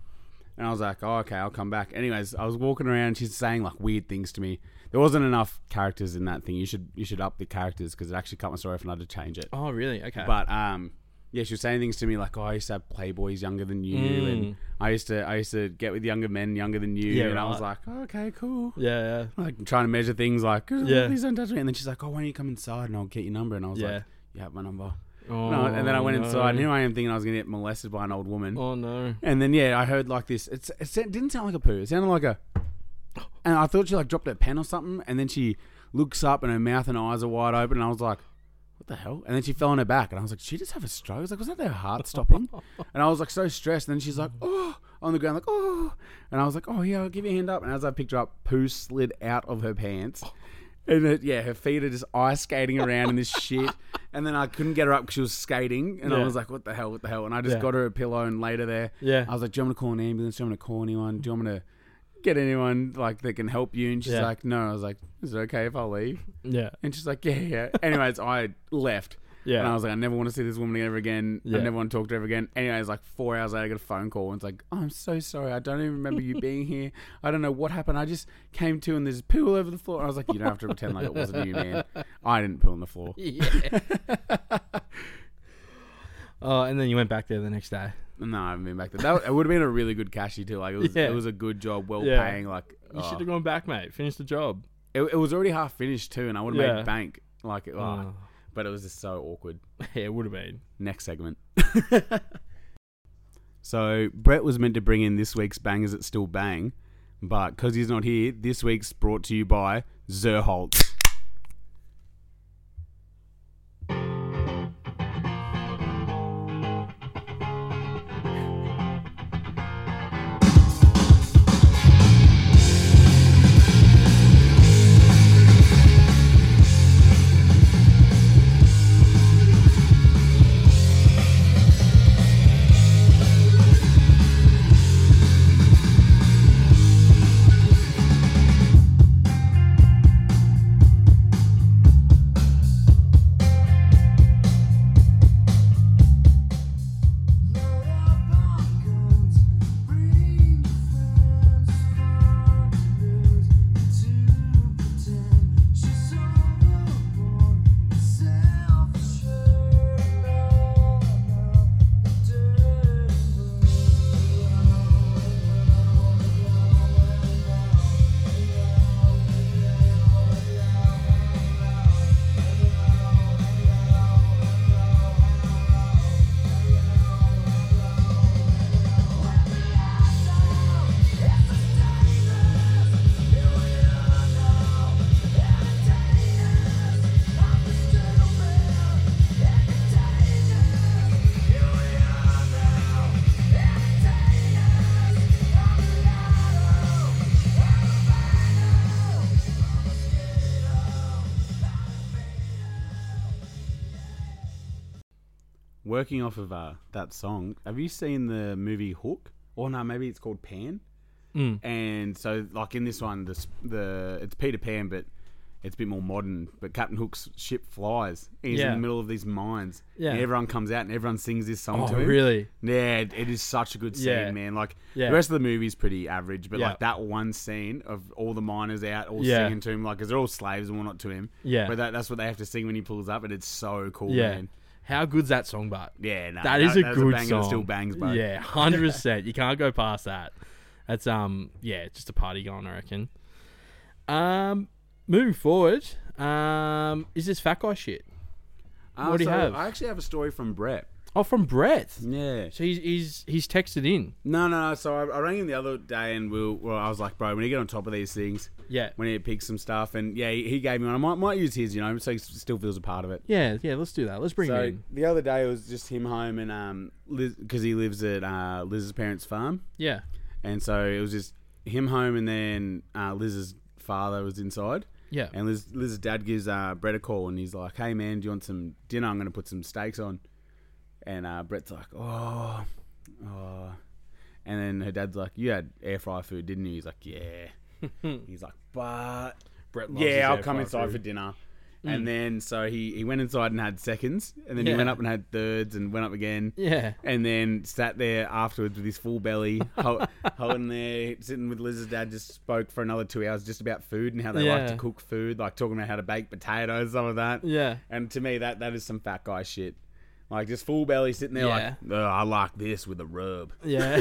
A: And I was like, oh, okay, I'll come back. Anyways, I was walking around and she's saying like weird things to me. There wasn't enough characters in that thing. You should you should up the characters because it actually cut my story off and I had to change it.
B: Oh, really? Okay.
A: But um, yeah, she was saying things to me like, "Oh, I used to have playboys younger than you, and I used to I used to get with younger men younger than you."
B: Mm. Yeah,
A: and I was
B: right.
A: like, oh, "Okay, cool."
B: yeah,
A: Like trying to measure things, like, "Oh,
B: Yeah.
A: "Please don't touch me." And then she's like, "Oh, why don't you come inside and I'll get your number?" And I was
B: Yeah.
A: like, "You have my number."
B: yeah. Oh,
A: And I- and then I went
B: no.
A: inside. And here I am thinking I was gonna get molested by an old woman.
B: Oh no.
A: And then yeah, I heard like this. It's, it sa- didn't sound like a poo. It sounded like a. And I thought she like dropped her pen or something. And then she looks up and her mouth and eyes are wide open. And I was like, what the hell? And then she fell on her back. And I was like, "Did she just have a stroke. I was like, was that their heart stopping? and I was like so stressed. And then she's like, oh, on the ground like oh. And I was like, oh yeah, I'll give you a hand up. And as I picked her up, poo slid out of her pants. And it, yeah, her feet are just ice skating around in this shit. And then I couldn't get her up because she was skating. And
B: Yeah.
A: I was like, what the hell, what the hell? And I just
B: Yeah.
A: got her a pillow and laid her there.
B: Yeah.
A: I was like, do you want me to call an ambulance? Do you want me to call anyone? Do you want me to get anyone like that can help you? And she's
B: Yeah.
A: like, no. I was like, is it okay if I leave?
B: Yeah.
A: And she's like, yeah, yeah. Anyways, I left.
B: Yeah.
A: And I was like, I never want to see this woman ever again.
B: Yeah.
A: I never want to talk to her ever again. Anyways, like four hours later, I get a phone call and it's like, oh, I'm so sorry. I don't even remember you being here. I don't know what happened. I just came to and there's poo all over the floor. And I was like, you don't have to pretend like it wasn't you, man. I didn't poo on the floor.
B: Yeah. oh, and then you went back there the next day.
A: No, I haven't been back there. That would- it would have been a really good cashy too. Like it was,
B: Yeah.
A: it was a good job, well
B: Yeah.
A: paying. Like
B: You
A: oh.
B: should have gone back, mate. Finish the job.
A: it, it was already half finished too, and I would have
B: Yeah.
A: made bank. Like, oh.
B: Oh.
A: but it was just so awkward.
B: Yeah, it would have been.
A: Next segment. so Brett was meant to bring in this week's bang. Is it still bang, but because he's not here, this week's brought to you by Zerholt. Working off of uh, that song, have you seen the movie Hook? Or no, maybe it's called Pan.
B: Mm.
A: And so, like in this one, the s- the it's Peter Pan, but it's a bit more modern. But Captain Hook's ship flies. And he's in
B: Yeah.
A: the middle of these mines.
B: Yeah.
A: And everyone comes out and everyone sings this song
B: Oh,
A: to him.
B: really?
A: Yeah, it it is such a good scene,
B: Yeah.
A: man. Like
B: Yeah.
A: the rest of the movie's pretty average, but
B: Yeah.
A: like that one scene of all the miners out all
B: Yeah.
A: singing to him, like because they're all slaves and whatnot to him.
B: Yeah.
A: But that, that's what they have to sing when he pulls up, and it's so cool,
B: Yeah.
A: man.
B: How good's that song, but?
A: Yeah, no,
B: that is a
A: that's
B: good
A: banger that
B: song.
A: still bangs, bro.
B: Yeah, hundred percent. You can't go past that. That's um, yeah, it's just a party going, I reckon. Um, moving forward, um, is this fat guy shit?
A: Uh,
B: What do you
A: so
B: have?
A: I actually have a story from Brett.
B: Oh, from Brett.
A: Yeah.
B: So he's he's he's texted in.
A: No, no, no. So I, I rang him the other day, and we were, well, I was like, bro, when you get on top of these things,
B: Yeah,
A: when you pick some stuff, and yeah, he, he gave me one. I might, might use his, you know, so he s- still feels a part of it.
B: yeah, yeah. Let's do that. Let's bring him
A: So
B: in.
A: the other day it was just him home and um because he lives at uh, Liz's parents' farm,
B: Yeah,
A: and so it was just him home and then uh, Liz's father was inside,
B: yeah,
A: and Liz Liz's dad gives uh, Brett a call and he's like, "Hey man, do you want some dinner? I'm gonna put some steaks on," and uh, Brett's like, "Oh, oh," and then her dad's like, "You had air fry food, didn't you?" He's like, "Yeah." he's like, "But
B: Brett.
A: yeah, I'll come inside for dinner. And then so he, he went inside and had seconds, and then
B: Mm. Yeah.
A: he went up and had thirds, and went up again,
B: Yeah.
A: and then sat there afterwards with his full belly, ho- holding there, sitting with Liz's dad. Just spoke for another two hours just about food and how they like
B: Yeah.
A: to cook food, like talking about how to bake potatoes, some of that.
B: Yeah.
A: And to me, that that is some fat guy shit. Like just full belly sitting there, like "Ugh, I like this with a rub.
B: Yeah.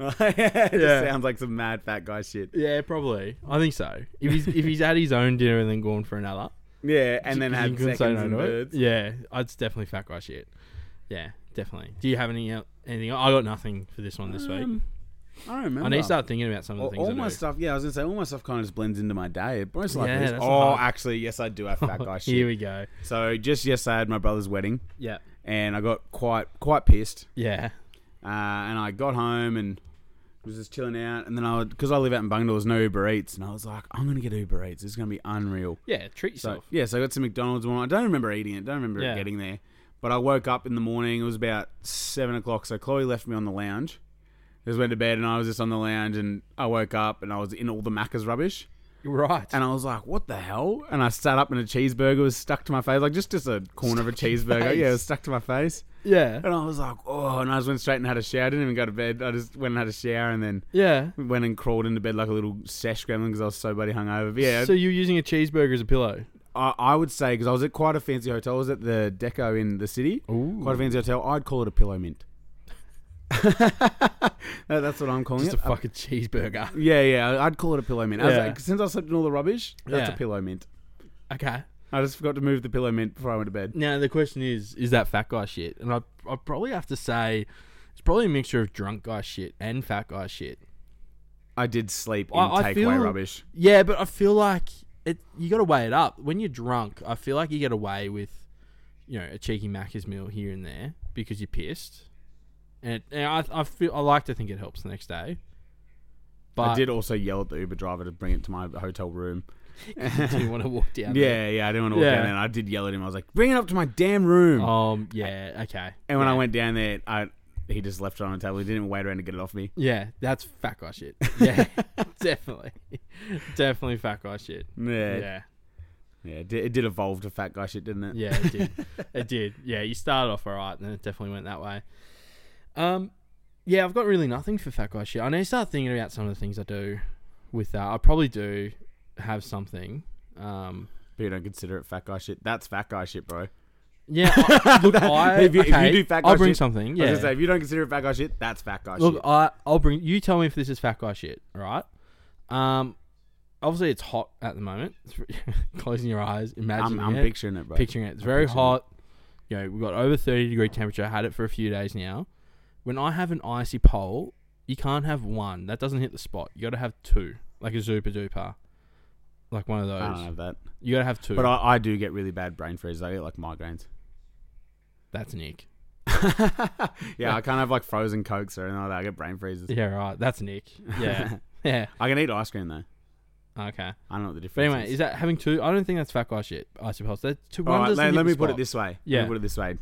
A: yeah.
B: Yeah.
A: sounds like some mad fat guy shit.
B: yeah, probably. I think so. If he's if he's had his own dinner and then gone for another.
A: Yeah, and then
B: you
A: had
B: couldn't
A: seconds
B: say no
A: and
B: to it.
A: birds.
B: Yeah, it's definitely fat guy shit. Yeah, definitely. Do you have any el- anything? I got nothing for this one this week.
A: Um, I don't remember.
B: I need to start thinking about some of
A: All,
B: the things.
A: all
B: I
A: my
B: do.
A: stuff, yeah, I was gonna say all my stuff kind of just blends into my day. It most likely,
B: Yeah,
A: is-
B: that's not
A: oh,
B: hard.
A: actually, yes, I do have fat guy shit.
B: Here we go.
A: so just yesterday, I had my brother's wedding,
B: Yeah.
A: and I got quite quite pissed.
B: Yeah.
A: Uh, and I got home and was just chilling out. And then I, because I live out in Bungle, there's no Uber Eats, and I was like, I'm gonna get Uber Eats. It's gonna be unreal.
B: Yeah. Treat
A: So
B: yourself.
A: yeah, so I got some McDonald's one. I don't remember eating it. Don't remember
B: Yeah.
A: it getting there. But I woke up in the morning. It was about seven o'clock. So Chloe left me on the lounge. Just went to bed, and I was just on the lounge. And I woke up, and I was in all the Macca's rubbish.
B: right.
A: And I was like, "What the hell?" And I sat up, and a cheeseburger was stuck to my face, like just just a corner of a cheeseburger.
B: face.
A: Yeah, it was stuck to my face.
B: yeah.
A: And I was like, "Oh!" And I just went straight and had a shower. I didn't even go to bed. I just went and had a shower, and then
B: Yeah.
A: went and crawled into bed like a little sesh gremlin because I was so bloody hungover. But yeah,
B: So you're using a cheeseburger as a pillow.
A: I, I would say because I was at quite a fancy hotel. I was at the Deco in the city.
B: Ooh.
A: Quite a fancy hotel. I'd call it a pillow mint. No, that's what I'm calling
B: Just a
A: it. Uh,
B: fucking cheeseburger.
A: yeah, yeah. I'd call it a pillow mint. I was
B: Yeah.
A: like- since I slept in all the rubbish, that's
B: Yeah.
A: a pillow mint.
B: Okay.
A: I just forgot to move the pillow mint before I went to bed.
B: Now the question is, is that fat guy shit? And I I probably have to say, it's probably a mixture of drunk guy shit and fat guy shit.
A: I did sleep in
B: I- I
A: takeaway
B: feel-
A: rubbish.
B: Yeah, but I feel like it. You got to weigh it up when you're drunk. I feel like you get away with, you know, a cheeky Macca's meal here and there because you're pissed, and, it, and I, I feel I like to think it helps the next day. But
A: I did also yell at the Uber driver to bring it to my hotel room.
B: do you want to walk down? there?
A: Yeah, yeah. I didn't want to walk
B: Yeah.
A: down there. And I did yell at him. I was like, "Bring it up to my damn room."
B: Um. Yeah. Okay.
A: and when
B: yeah.
A: I went down there, I he just left it on the table. He didn't even wait around to get it off me.
B: Yeah, that's fat guy shit. Yeah, definitely, definitely fat guy shit.
A: Yeah,
B: Yeah.
A: Yeah, it did, it did evolve to fat guy shit, didn't it?
B: Yeah, it did. it did. Yeah, you started off all right, and then it definitely went that way. Um, yeah, I've got really nothing for fat guy shit. I need to start thinking about some of the things I do with that. I probably do have something. Um,
A: People don't consider it fat guy shit. That's fat guy shit, bro.
B: yeah, I, look, I
A: If you- if you
B: okay,
A: do fat
B: I'll
A: guy
B: bring
A: shit-
B: something.
A: I was
B: Yeah,
A: gonna say, if you don't consider it fat guy shit, that's fat guy
B: look,
A: shit.
B: I I'll bring. You tell me if this is fat guy shit, all right? Um, obviously it's hot at the moment. It's re- closing your eyes,
A: I'm,
B: imagine
A: I'm
B: it.
A: picturing it, bro.
B: picturing it. It's very
A: picturing it.
B: hot. You know, we've got over 30 degree temperature. I had it for a few days now. When I have an icy pole, you can't have one. That doesn't hit the spot. You got to have two, like a Zupa Duper, like one of those.
A: I don't have that,
B: you got to have two.
A: but I, I do get really bad brain freeze. I get like migraines.
B: That's Nick.
A: Yeah, I can't have like frozen cokes or anything like that. I get brain freezes.
B: Yeah, right. That's Nick. Yeah, yeah.
A: I can eat ice cream though.
B: Okay.
A: I don't know what the
B: But
A: difference.
B: anyway, is that having two? I don't think that's fat guy shit. Icy poles. That two.
A: All
B: One
A: right,
B: doesn't
A: let,
B: hit
A: let
B: the
A: me put
B: spot.
A: it this way. Let
B: Yeah.
A: me put it this way.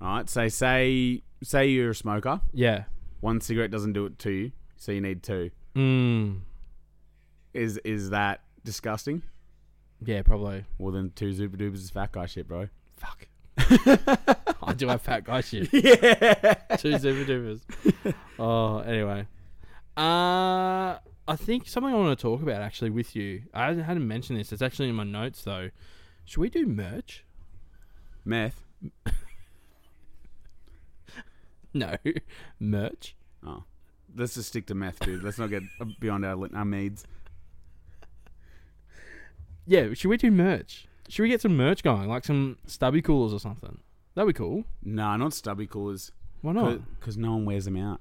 A: All right, so say say you're a smoker.
B: Yeah.
A: One cigarette doesn't do it to you, so you need two.
B: Mm.
A: Is is that disgusting?
B: Yeah, probably.
A: Well, then two super dupers is fat guy shit, bro.
B: Fuck. I do have fat guy shit.
A: Yeah.
B: Two Zuba Dupas. oh, anyway. Uh, I think something I want to talk about actually with you. I hadn't- hadn't mentioned this. It's actually in my notes though. Should we do merch?
A: Meth.
B: No, merch.
A: Oh, let's just stick to meth, dude. Let's not get beyond our our needs.
B: Yeah, should we do merch? Should we get some merch going, like some stubby coolers or something? That'd be cool.
A: Nah, not stubby coolers,
B: Why not?
A: because no one wears them out.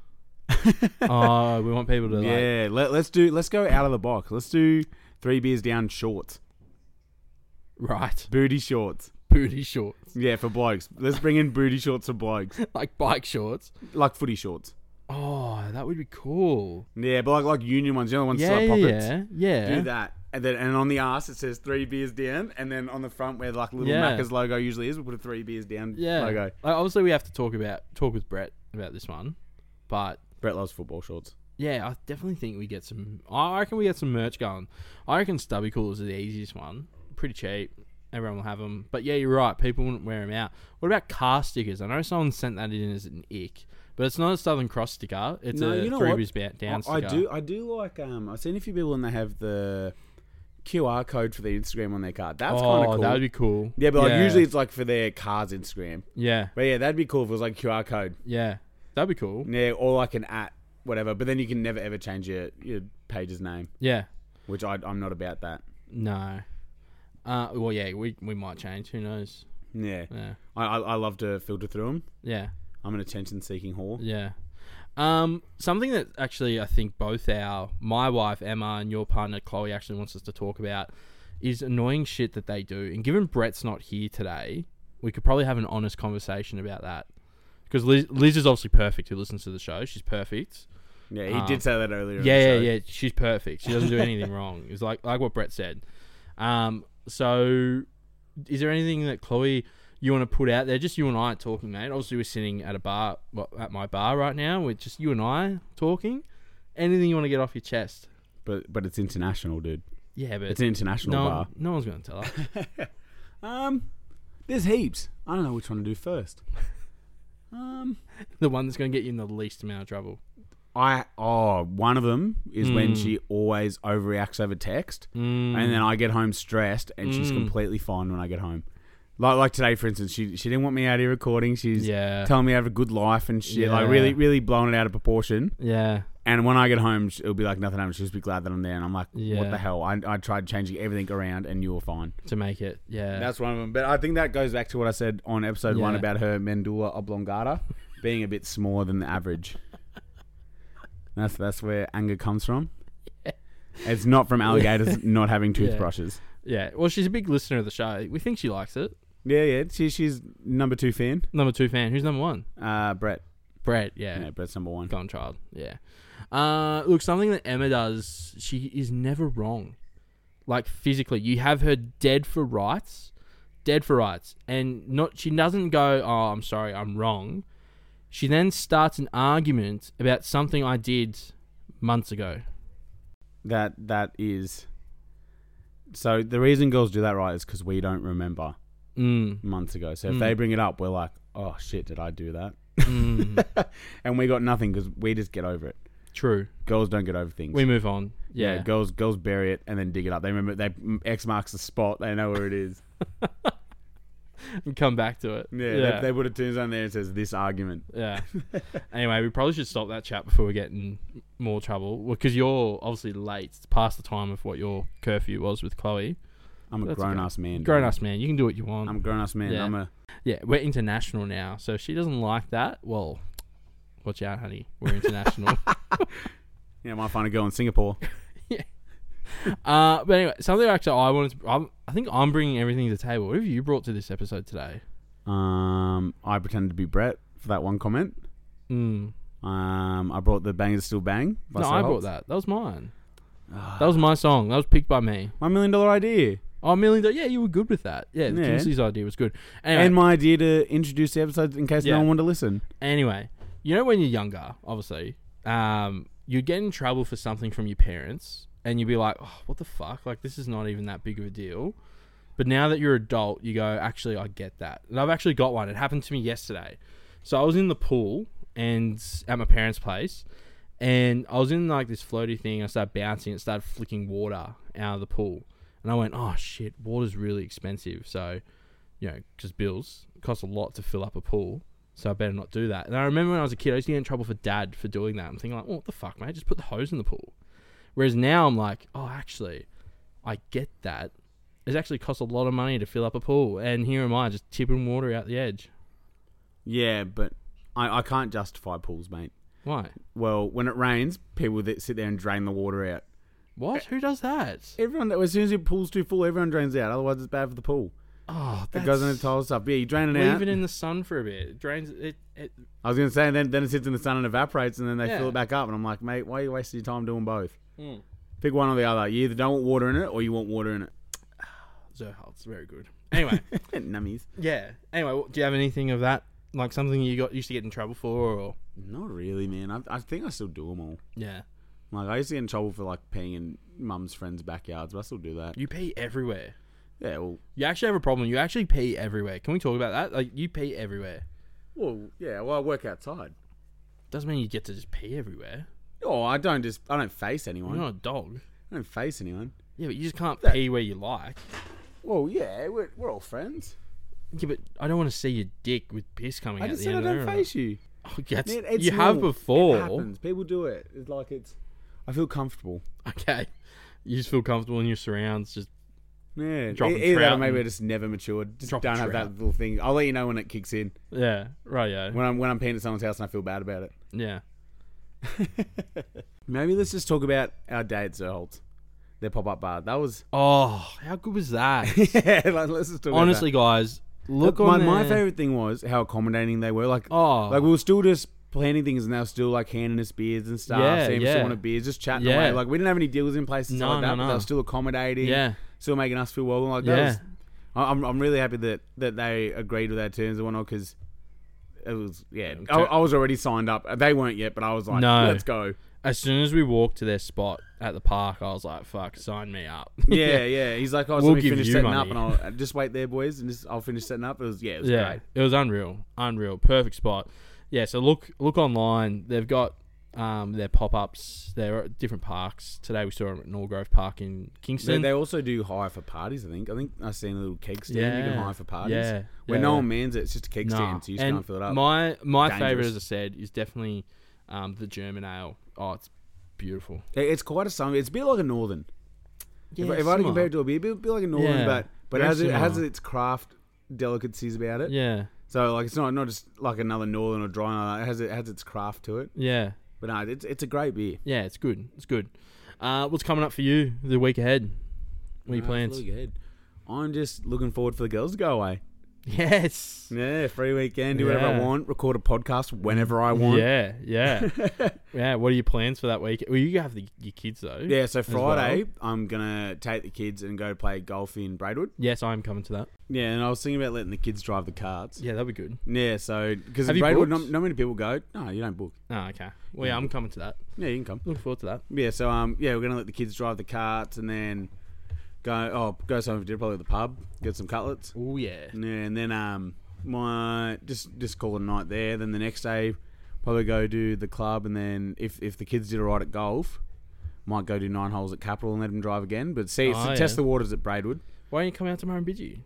B: oh, we want people to like.
A: Yeah, let, let's do. Let's go out of the box. Let's do three beers down shorts,
B: Right,
A: booty shorts.
B: booty shorts,
A: Yeah, for blokes. Let's bring in booty shorts for blokes,
B: like bike shorts.
A: like footy shorts.
B: Oh, that would be cool.
A: Yeah, but like like union ones. You know, the ones that
B: Yeah,
A: still have pockets.
B: yeah, yeah.
A: Do that, and then and on the ass it says three beers down, and then on the front where like little
B: Yeah.
A: Macca's logo usually is, we put a three beers down
B: Yeah.
A: logo.
B: Like, obviously, we have to talk about talk with Brett about this one, but
A: Brett loves football shorts.
B: yeah, I definitely think we get some. I reckon we get some merch going. I reckon Stubby Coolers is the easiest one, pretty cheap. Everyone will have them. But yeah, you're right. People wouldn't wear them out. What about car stickers? I know someone sent that in as an ick, but it's not a Southern Cross sticker. It's a freebies ba- down
A: I, I
B: sticker.
A: do. I do like. Um, I've seen a few people and they have the QR code for their Instagram on their card. That's
B: oh,
A: kind of cool.
B: that would be cool.
A: yeah, but like usually it's like for their car's Instagram.
B: yeah,
A: But yeah, that'd be cool if it was like QR code.
B: yeah, that'd be cool.
A: Yeah, or like an at whatever. But then you can never ever change your your page's name,
B: Yeah,
A: which I, I'm not about that.
B: no. Uh, well, yeah, we we might change. Who knows?
A: Yeah,
B: Yeah,
A: I, I I love to filter through them.
B: yeah.
A: I'm an attention seeking whore.
B: Yeah. Um, something that actually I think both our my wife Emma and your partner Chloe actually wants us to talk about is annoying shit that they do. And given Brett's not here today, we could probably have an honest conversation about that. Because Liz, Liz is obviously perfect. Who listens to the show? She's perfect.
A: Yeah, he
B: Um,
A: did say that earlier. in the
B: Yeah,
A: show.
B: yeah, yeah. She's perfect. She doesn't do anything wrong. It's like like what Brett said. Um, so is there anything that Chloe you want to put out there? Just you and I talking, mate. Obviously, we're sitting at a bar, well, at my bar right now. We're just you and I talking. Anything you want to get off your chest?
A: But but it's international, dude.
B: Yeah, but
A: It's an international
B: no,
A: bar.
B: no one's going to tell us.
A: Um, there's heaps. I don't know which one to do first. Um,
B: the one that's going to get you in the least amount of trouble.
A: I oh one of them is
B: Hmm.
A: when she always overreacts over text,
B: Mm,
A: and then I get home stressed, and she's completely fine when I get home. Like like today, for instance, she she didn't want me out here recording. She's
B: Yeah.
A: telling me I have a good life, and she like
B: Yeah.
A: really really blowing it out of proportion.
B: Yeah,
A: And when I get home, sh- it'll be like nothing happened. She'll just be glad that I'm there, and I'm like,
B: Yeah.
A: what the hell? I I tried changing everything around, and you were fine.
B: to make it. Yeah,
A: That's one of them. But I think that goes back to what I said on episode one
B: Yeah.
A: about her mandula oblongata being a bit smaller than the average. That's that's where anger comes from. It's not from alligators not having toothbrushes.
B: yeah. Well, she's a big listener of the show. We think she likes it.
A: Yeah, yeah. She, she's number two fan.
B: Number two fan. Who's number one?
A: Uh, Brett.
B: Brett.
A: Yeah, Brett's number one.
B: Gone Child. Yeah. Uh, look, something that Emma does, she is never wrong. Like physically, you have her dead for rights, dead for rights, and not she doesn't go, "Oh, I'm sorry, I'm wrong." She then starts an argument about something I did months ago.
A: That that is. So the reason girls do that right is because we don't remember
B: Mm,
A: months ago. So if they bring it up, we're like, oh shit, did I do that?
B: Mm.
A: and we got nothing because we just get over it.
B: true.
A: Girls don't get over things.
B: We move on.
A: Yeah,
B: Yeah.
A: girls girls bury it and then dig it up. They remember they mm, X marks the spot. They know where it is.
B: and come back to it.
A: Yeah, They, they put a tombstone there and says this argument.
B: Yeah. anyway, we probably should stop that chat before we get in more trouble. Because you're obviously late. It's past the time of what your curfew was with Chloe.
A: I'm a
B: That's
A: grown
B: okay.
A: ass man. dude.
B: Grown ass man, you can do what you want.
A: I'm a grown ass man.
B: Yeah.
A: I'm a
B: yeah, we're international now. So if she doesn't like that, well, watch out, honey. We're international.
A: you know, might find a girl in Singapore.
B: uh, but anyway, something actually I wanted to. I'm, I think I'm bringing everything to the table. What have you brought to this episode today?
A: Um, I pretended to be Brett for that one comment.
B: Mm.
A: Um, I brought the bangers still bang. by
B: No,
A: Sir
B: I brought
A: Holtz.
B: that. That was mine.
A: Ah.
B: that was my song. That was picked by me.
A: My million dollar idea
B: Oh, million dollar. Yeah, you were good with that. Yeah, the
A: Yeah.
B: Kingsley's idea was good. Anyway,
A: and my idea to introduce the episodes in case
B: Yeah.
A: no one wanted to listen.
B: Anyway, you know when you're younger, obviously, um, you get in trouble for something from your parents, and you'd be like, oh, "What the fuck? Like this is not even that big of a deal." But now that you're adult, you go, "Actually, I get that." And I've actually got one. It happened to me yesterday. So I was in the pool and at my parents' place, and I was in like this floaty thing. I started bouncing. It started flicking water out of the pool, and I went, "Oh shit! Water's really expensive." So you know, because bills it costs a lot to fill up a pool. So I better not do that. And I remember when I was a kid, I used to get in trouble for dad for doing that. I'm thinking like, oh, what the fuck, mate? Just put the hose in the pool. Whereas now I'm like, oh, actually, I get that. It actually costs a lot of money to fill up a pool, and here am I just tipping water out the edge.
A: Yeah, but I, I can't justify pools, mate.
B: Why?
A: Well, when it rains, people that sit there and drain the water out.
B: What? Who does that?
A: Everyone, as soon as your pool's too full, everyone drains out. Otherwise, it's bad for the pool.
B: Oh,
A: It
B: that
A: goes in the tile stuff. Yeah, you drain it
B: Leave
A: out.
B: it in the sun for a bit. It drains it. it
A: I was gonna say, and then then it sits in the sun and evaporates, and then they fill
B: Yeah.
A: it back up. And I'm like, mate, why are you wasting your time doing both? Pick one or the other. You either don't want water in it, or you want water in it.
B: Zerhalt's very good. Anyway,
A: Nummies.
B: yeah. Anyway, what- do you have anything of that? Like something you got used to get in trouble for, or
A: Not really, man. I, I think I still do them all.
B: yeah.
A: Like I used to get in trouble for like peeing in mum's friends' backyards, but I still do that.
B: You pee everywhere.
A: Yeah, well,
B: You actually have a problem. You actually pee everywhere. Can we talk about that? Like you pee everywhere.
A: well, yeah. Well, I work outside.
B: Doesn't mean you get to just pee everywhere.
A: Oh, I don't just. I don't face anyone.
B: You're not a dog.
A: I don't face anyone.
B: Yeah, but you just can't pee where you like.
A: Well, yeah, we're, we're all friends.
B: Yeah, but I don't want to see your dick with piss coming
A: I
B: out
A: just
B: the
A: said I
B: end of
A: don't
B: the
A: face you.
B: Oh, that's,
A: It- it's
B: you have
A: normal.
B: before.
A: It happens. People do it. It's like it's. I feel comfortable.
B: Okay. You just feel comfortable in your surrounds. Just
A: Yeah,
B: Dropping
A: e- either that or
B: trout
A: maybe
B: and-
A: I just never matured. Just
B: Dropping
A: don't have that
B: trout.
A: little thing. I'll let you know when it kicks in.
B: yeah, right. Yeah,
A: When I'm when I'm peeing at someone's house and I feel bad about it.
B: yeah.
A: Maybe let's just talk about our day at Zerholt's. Their pop up bar. That was
B: Oh, how good was that?
A: yeah. Like, let's just talk about that.
B: Honestly, guys, look
A: my,
B: on
A: my
B: there.
A: favorite thing was how accommodating they were. Like,
B: Oh.
A: like we were still just planning things, and they were still like handing us beers and stuff.
B: Yeah,
A: saying if
B: yeah.
A: someone wanted beers, just chatting
B: Yeah.
A: away. Like we didn't have any deals in place and stuff
B: No,
A: like that,
B: no,
A: but they
B: no.
A: were still accommodating.
B: Yeah.
A: still making us feel welcome. Like that
B: Yeah.
A: was, I- I'm I'm really happy that that they agreed with our terms and whatnot because. It was yeah. I, I was already signed up. They weren't yet, but I was like,
B: No.
A: let's go.
B: As soon as we walked to their spot at the park, I was like, "Fuck, sign me up."
A: Yeah, yeah. He's like, oh, so let
B: We'll
A: me
B: give
A: finish
B: you
A: setting
B: money.
A: up, and I'll uh, just wait there, boys, and just I'll finish setting up. It was yeah, it was
B: yeah,
A: great.
B: it was unreal, unreal, perfect spot. Yeah, so look, look online. They've got um, their pop ups. They're at different parks. Today we saw them at Norgrove Park in
A: They,
B: Kingston.
A: they also do hire for parties. I think. I think I seen a little keg stand you can
B: Yeah.
A: hire for parties.
B: Yeah.
A: Where
B: Yeah,
A: no
B: yeah.
A: one mans it, it's just a keg
B: Nah.
A: stand, so you just
B: and
A: can't fill it up.
B: My my
A: Dangerous.
B: favorite, as I said, is definitely um, the German ale. Oh, it's beautiful.
A: It- it's quite a sum. It's a bit like a northern.
B: Yeah,
A: if, if I had to compare it to a beer, it'd be, it'd be like a northern,
B: Yeah.
A: but but it
B: Very
A: has it, it has
B: similar.
A: its craft delicacies about it.
B: yeah,
A: So like it's not not just like another northern or dry. and all that. It has it has its craft to it.
B: yeah,
A: But no, it's it's a great beer.
B: yeah. It's good. It's good. Uh, what's coming up for you the week ahead? What are your plans?
A: Uh, Absolutely good. I'm just looking forward for the girls to go away.
B: Yes.
A: Yeah, free weekend, do whatever I
B: Yeah.
A: want, record a podcast whenever I want.
B: Yeah, yeah, yeah. What are your plans for that week? Well, you have the, your kids though.
A: Yeah, so
B: well.
A: Friday I'm gonna take the kids and go play golf in Braidwood.
B: Yes, I am coming to that.
A: Yeah, and I was thinking about letting the kids drive the carts. Yeah,
B: Yeah, that'd be good.
A: so because
B: Have
A: in
B: you
A: Braidwood,
B: booked?
A: not, not many people go. No, you don't book.
B: Oh, okay. Well, yeah, I'm coming to that.
A: Yeah, you can come.
B: Looking forward to that.
A: Yeah, so um, yeah, we're gonna let the kids drive the carts and then go. Oh, go somewhere for dinner, probably at the pub, get some cutlets.
B: Oh yeah.
A: Yeah, and then um, my just just call it a night there. Then the next day, probably go do the club, and then if if the kids did alright at golf, might go do nine holes at Capital and let them drive again. But see,
B: Oh,
A: test
B: yeah.
A: the waters at Braidwood.
B: Why don't you come out tomorrow and bid you?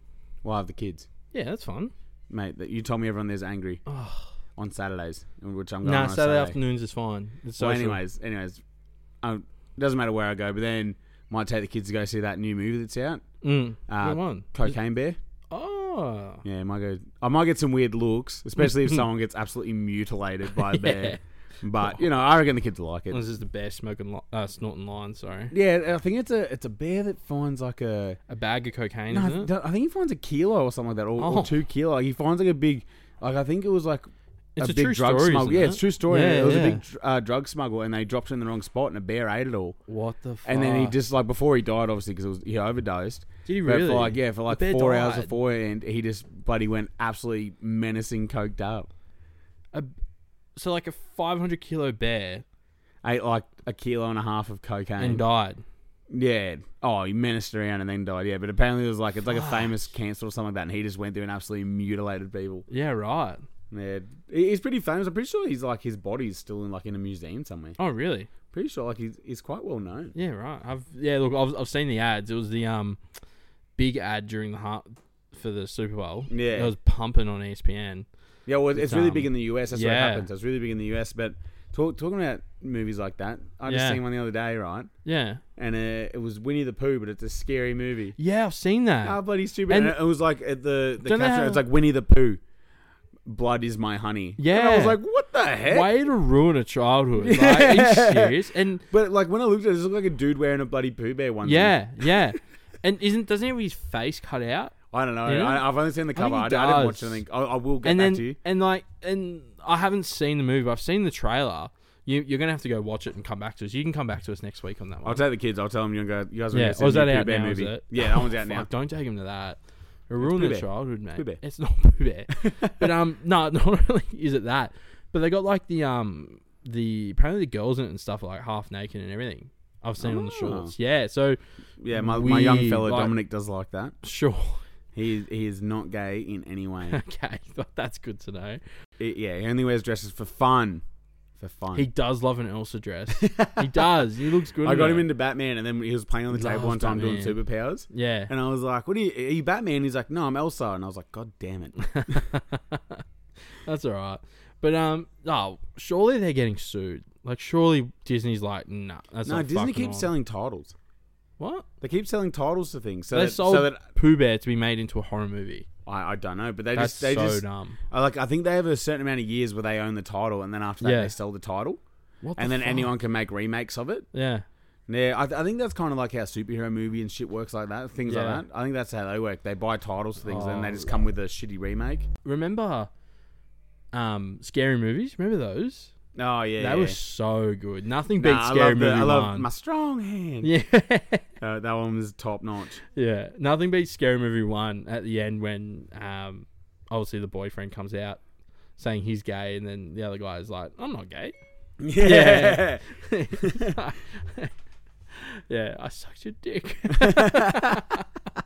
A: We'll have the kids,
B: Yeah, that's fun.
A: mate. That you told me everyone there's angry
B: Oh.
A: on Saturdays, which I'm going on
B: Nah,
A: a
B: Saturday
A: Saturday.
B: afternoons is fine. It's
A: So,
B: social.
A: eh? anyways, anyways, um, doesn't matter where I go, but then might take the kids to go see that new movie that's out,
B: Mm.
A: Uh,
B: Come on.
A: Cocaine Bear.
B: Oh.
A: Yeah, might go. I might get some weird looks, especially if someone gets absolutely mutilated by a bear. But you know, I reckon the kids will like it.
B: This is the best smoking, li- uh, snorting line. Sorry.
A: Yeah, I think it's a it's a bear that finds like a.
B: A bag of cocaine,
A: No, I,
B: isn't it?
A: th- I think he finds a kilo or something like that, or,
B: Oh.
A: or two kilo. Like, he finds like a big, like I think it was like
B: It's
A: a,
B: a
A: big
B: true
A: drug
B: story,
A: smuggle.
B: isn't
A: Yeah,
B: it?
A: it's a true story.
B: Yeah,
A: it was
B: yeah.
A: a big dr- uh, drug smuggle, and they dropped it in the wrong spot, and a bear ate it all.
B: What the fuck?
A: And then he just like before he died, obviously because he overdosed.
B: Did he
A: But
B: really?
A: For like yeah, for
B: The
A: like
B: bear
A: four hours
B: died.
A: before, and he just buddy went absolutely menacing, coked up.
B: A, so like a 500 kilo bear
A: ate like a kilo and a half of cocaine.
B: and died.
A: Yeah. Oh, he menaced around and then died. Yeah, but apparently it was like it's like a famous cancer or something like that, and he just went through and absolutely mutilated people.
B: Yeah, right.
A: Yeah, He- he's pretty famous. I'm pretty sure he's like his body's still in like in a museum somewhere.
B: Oh, really?
A: Pretty sure like he's he's quite well known.
B: Yeah, right. I've yeah, look, I've, I've seen the ads. It was the um big ad during the heart for the Super Bowl.
A: Yeah.
B: it was pumping on E ESPN.
A: Yeah, well, it's, really
B: um,
A: big in the US. That's what
B: yeah.
A: happens. It's really big in the US. But talk, talking about movies like that, I just
B: Yeah.
A: seen one the other day, right?
B: Yeah,
A: And uh, it was Winnie the Pooh, but it's a scary movie.
B: yeah, I've seen that.
A: How bloody stupid! And,
B: And-
A: it was like at the the
B: Don't they
A: caption,
B: have-
A: it's like Winnie the Pooh, blood is my honey. and I
B: Yeah.
A: was like, what the heck? Mm.
B: Way to ruin a childhood. Like, are you serious? And
A: But like when I looked at it, it looked like a dude wearing a bloody Pooh Bear one.
B: yeah, yeah. And isn't doesn't he have his face cut out?
A: I don't know.
B: Yeah.
A: I, I've only seen the
B: I think
A: cover. I, I
B: he
A: didn't watch
B: does.
A: anything. I, I will get
B: and
A: back
B: then
A: to you.
B: and like and I haven't seen the movie. I've seen the trailer. You, you're gonna have to go watch it and come back to us. You can come back to us next week on that
A: I'll
B: one.
A: take the kids. I'll tell them you go. You guys are
B: yeah,
A: going to
B: or is
A: see the
B: that
A: new Pooh
B: out
A: Bear
B: now?
A: movie.
B: Is it? Oh,
A: Yeah, that one's out
B: Fuck,
A: now.
B: Don't take him to that. It ruined
A: Pooh
B: their
A: Bear.
B: childhood, mate.
A: Pooh Bear.
B: It's not Pooh Bear. but um, no, not really. Is it that? But they got like the um, the apparently the girls in it and stuff are, like half naked and everything. I've seen on the
A: Oh.
B: shorts. Yeah, so
A: Yeah, my, my young
B: We
A: fellow
B: like-
A: Dominic does like that.
B: sure.
A: He he is not gay in any way.
B: Okay, that's good to know.
A: It- yeah, he only wears dresses for fun. For fun.
B: He does love an Elsa dress. he does. He looks good.
A: I
B: in
A: got
B: it.
A: him into Batman, and then he was playing on the table
B: Loves
A: one time doing
B: Batman.
A: superpowers.
B: Yeah.
A: And I was like, "What are you? Are you Batman?" He's like, "No, I'm Elsa." And I was like, "God damn it!"
B: That's all right. But um, oh, surely they're getting sued. Like, surely Disney's like, nah, that's
A: no,
B: not
A: Disney
B: fucking
A: keeps
B: on.
A: selling titles.
B: What?
A: They keep selling titles to things. So
B: they
A: that,
B: sold
A: so that
B: Pooh Bear to be made into a horror movie.
A: I, I don't know, but they
B: That's
A: just they
B: so
A: just
B: dumb.
A: I like I think they have a certain amount of years where they own the title, and then after that
B: Yeah.
A: they sell the title,
B: What?
A: and
B: the
A: then
B: fuck?
A: anyone can make remakes of it.
B: Yeah.
A: Yeah, I, th- I think that's kind of like how superhero movie and shit works like that. Things
B: Yeah. Oh.
A: like that. I think that's how they work. They buy titles to things, and they just come with a shitty remake.
B: Remember, um, scary movies. Remember those?
A: Oh yeah,
B: That
A: yeah.
B: was so good. Nothing beats
A: Nah, I
B: scary
A: love the-
B: movie
A: I love
B: one.
A: my strong hand.
B: yeah.
A: Uh, that one was top notch.
B: Yeah, nothing beats Scary Movie One at the end when um, obviously the boyfriend comes out saying he's gay, and then the other guy is like, "I'm not gay." Yeah. yeah, I sucked your dick.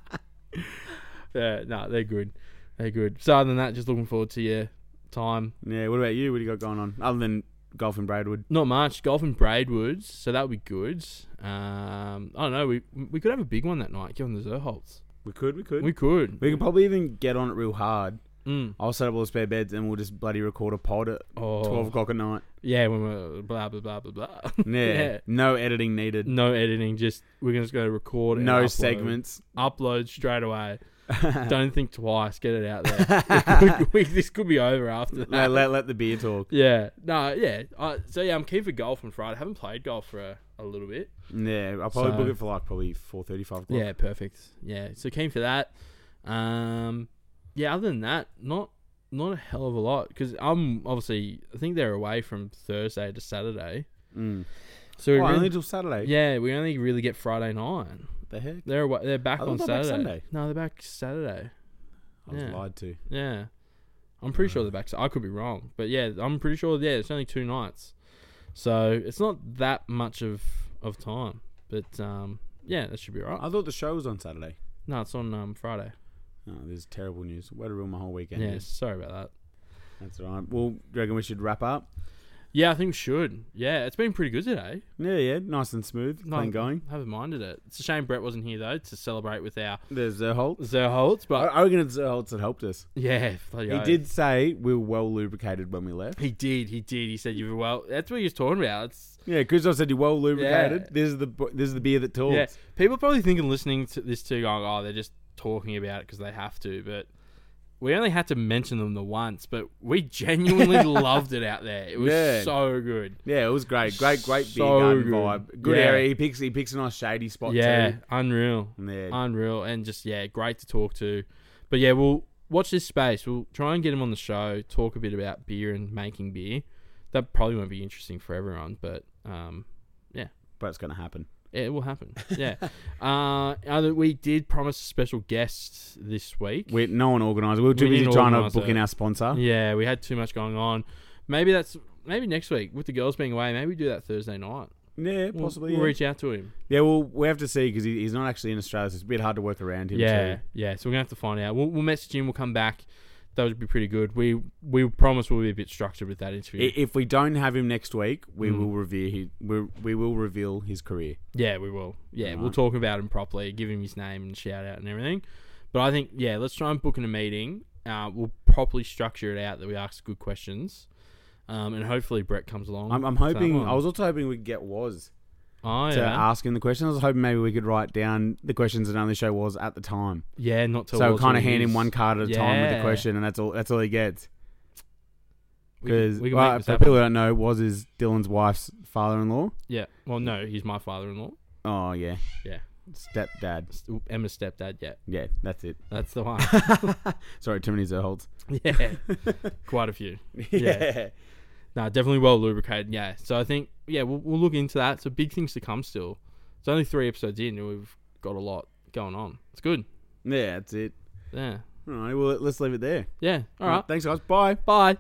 B: yeah, no, they're good. They're good. So other than that, just looking forward to your time.
A: Yeah, what about you? What do you got going on other than golf in Braidwood?
B: Not much golf in Braidwoods, so that would be good. Um, I don't know. We we could have a big one that night. Get on the Zerholtz.
A: We could, we could,
B: We could.
A: we could probably even get on it real hard.
B: Mm.
A: I'll set up all the spare beds and we'll just bloody record a pod at
B: Oh.
A: twelve o'clock at night.
B: Yeah, when we're blah blah blah blah blah.
A: Yeah, no editing needed.
B: No editing, just we're just gonna record. and
A: No
B: upload.
A: segments.
B: Upload straight away. Don't think twice. Get it out there. We- this could be over after that.
A: let, let let the beer talk.
B: Yeah. No. Yeah. Uh, so yeah, I'm keen for golf on Friday. I haven't played golf for a, a little bit.
A: Yeah, I'll probably
B: So-
A: book it for like probably four thirty five o'clock.
B: Yeah. Perfect. Yeah. So keen for that. Um. Yeah. Other than that, not not a hell of a lot because I'm obviously I think they're away from Thursday to Saturday.
A: Mm.
B: So we
A: Oh,
B: really-
A: only till Saturday.
B: yeah, we only really get Friday night.
A: What the heck?
B: They're away, they're back
A: I thought
B: on
A: Oh, they're
B: Saturday.
A: back Sunday.
B: No, they're back Saturday.
A: I was
B: Yeah.
A: lied to.
B: Yeah, I'm pretty
A: Mm.
B: sure they're back. I could be wrong, but yeah, I'm pretty sure. Yeah, it's only two nights, so it's not that much of of time. But um, yeah, that should be alright.
A: I thought the show was on Saturday.
B: No, it's on um Friday.
A: Oh, this is terrible news. Way to ruin my whole
B: Yeah,
A: weekend.
B: sorry about that.
A: That's all right. Well, do you reckon we should wrap up?
B: Yeah, I think we should. Yeah, it's been pretty good today.
A: Yeah, yeah. Nice and smooth. Clean
B: Like,
A: going.
B: Haven't minded it. It's a shame Brett wasn't here though to celebrate with our
A: There's Zerholtz.
B: Zerholtz,
A: I
B: but
A: I reckon it's Zerholtz that helped us.
B: yeah, bloody
A: He
B: oath.
A: did say we were well lubricated when we left.
B: He did. He did. He said you were well. That's what he was talking about. It's
A: Yeah, Christoph said you're well lubricated.
B: Yeah.
A: This is the bo- this is the beer that talks.
B: Yeah, people probably thinking listening to this too, going, "Oh, they're just talking about it because they have to." But we only had to mention them the once, but we genuinely loved it out there. It was
A: Yeah.
B: so good.
A: Yeah, it was great. Great, great beer
B: So
A: garden
B: good.
A: vibe. Good
B: Yeah.
A: area. He picks he picks a nice shady spot
B: yeah,
A: too.
B: unreal,
A: Yeah.
B: unreal, and just yeah, great to talk to. But yeah, we'll watch this space. We'll try and get him on the show, talk a bit about beer and making beer. That probably won't be interesting for everyone, but um,
A: But it's gonna happen.
B: it will happen. Yeah. uh, other- we did promise a special guest this week.
A: We no one organised. We were too
B: We
A: busy
B: didn't
A: trying to
B: organise
A: book
B: it.
A: in our sponsor.
B: Yeah, we had too much going on. Maybe that's maybe next week with the girls being away. Maybe we do that Thursday night.
A: Yeah,
B: We'll-
A: possibly.
B: We'll,
A: yeah.
B: reach out to him.
A: yeah, well, we have to see because he, he's not actually in Australia. So it's a bit hard to work around him.
B: Yeah,
A: too.
B: yeah. So we're gonna have to find out. We'll, we'll message him. We'll come back. That would be pretty good. We we promise we'll be a bit structured with that interview.
A: I- If we don't have him next week, we
B: Mm.
A: will revere he, we, we will reveal his career.
B: yeah, we will. Yeah, we'll talk about him properly. Give him his name and shout out and everything. But I think yeah, let's try and book in a meeting. Uh, we'll properly structure it out that we ask good questions, um, and hopefully Brett comes along.
A: I'm, I'm
B: to that
A: hoping.
B: one.
A: I was also hoping we could get was
B: oh,
A: to
B: yeah.
A: ask him the questions. I was hoping maybe we could write down the questions that only show was at the time.
B: yeah, not till
A: So
B: Walter
A: kind of hand him
B: leaves.
A: one card at a time with the
B: Yeah.
A: question, and that's all. That's all he gets.
B: We can-
A: Because
B: we can
A: well,
B: make this
A: for
B: happen.
A: people who don't know, was is Dylan's wife's father-in-law.
B: Yeah. Well, no, he's my father-in-law.
A: Oh yeah,
B: Yeah.
A: stepdad.
B: S- Emma's stepdad. Yeah,
A: Yeah, that's it.
B: that's the one.
A: Sorry, too many Zerholds.
B: yeah, quite a few. Yeah. No, definitely well lubricated. Yeah. So I think yeah, we'll, we'll look into that. So big things to come still. It's only three episodes in, and we've got a lot going on. It's good.
A: yeah, that's it.
B: Yeah.
A: All right, well let's leave it there.
B: Yeah. All right.
A: Thanks guys. Bye.
B: Bye.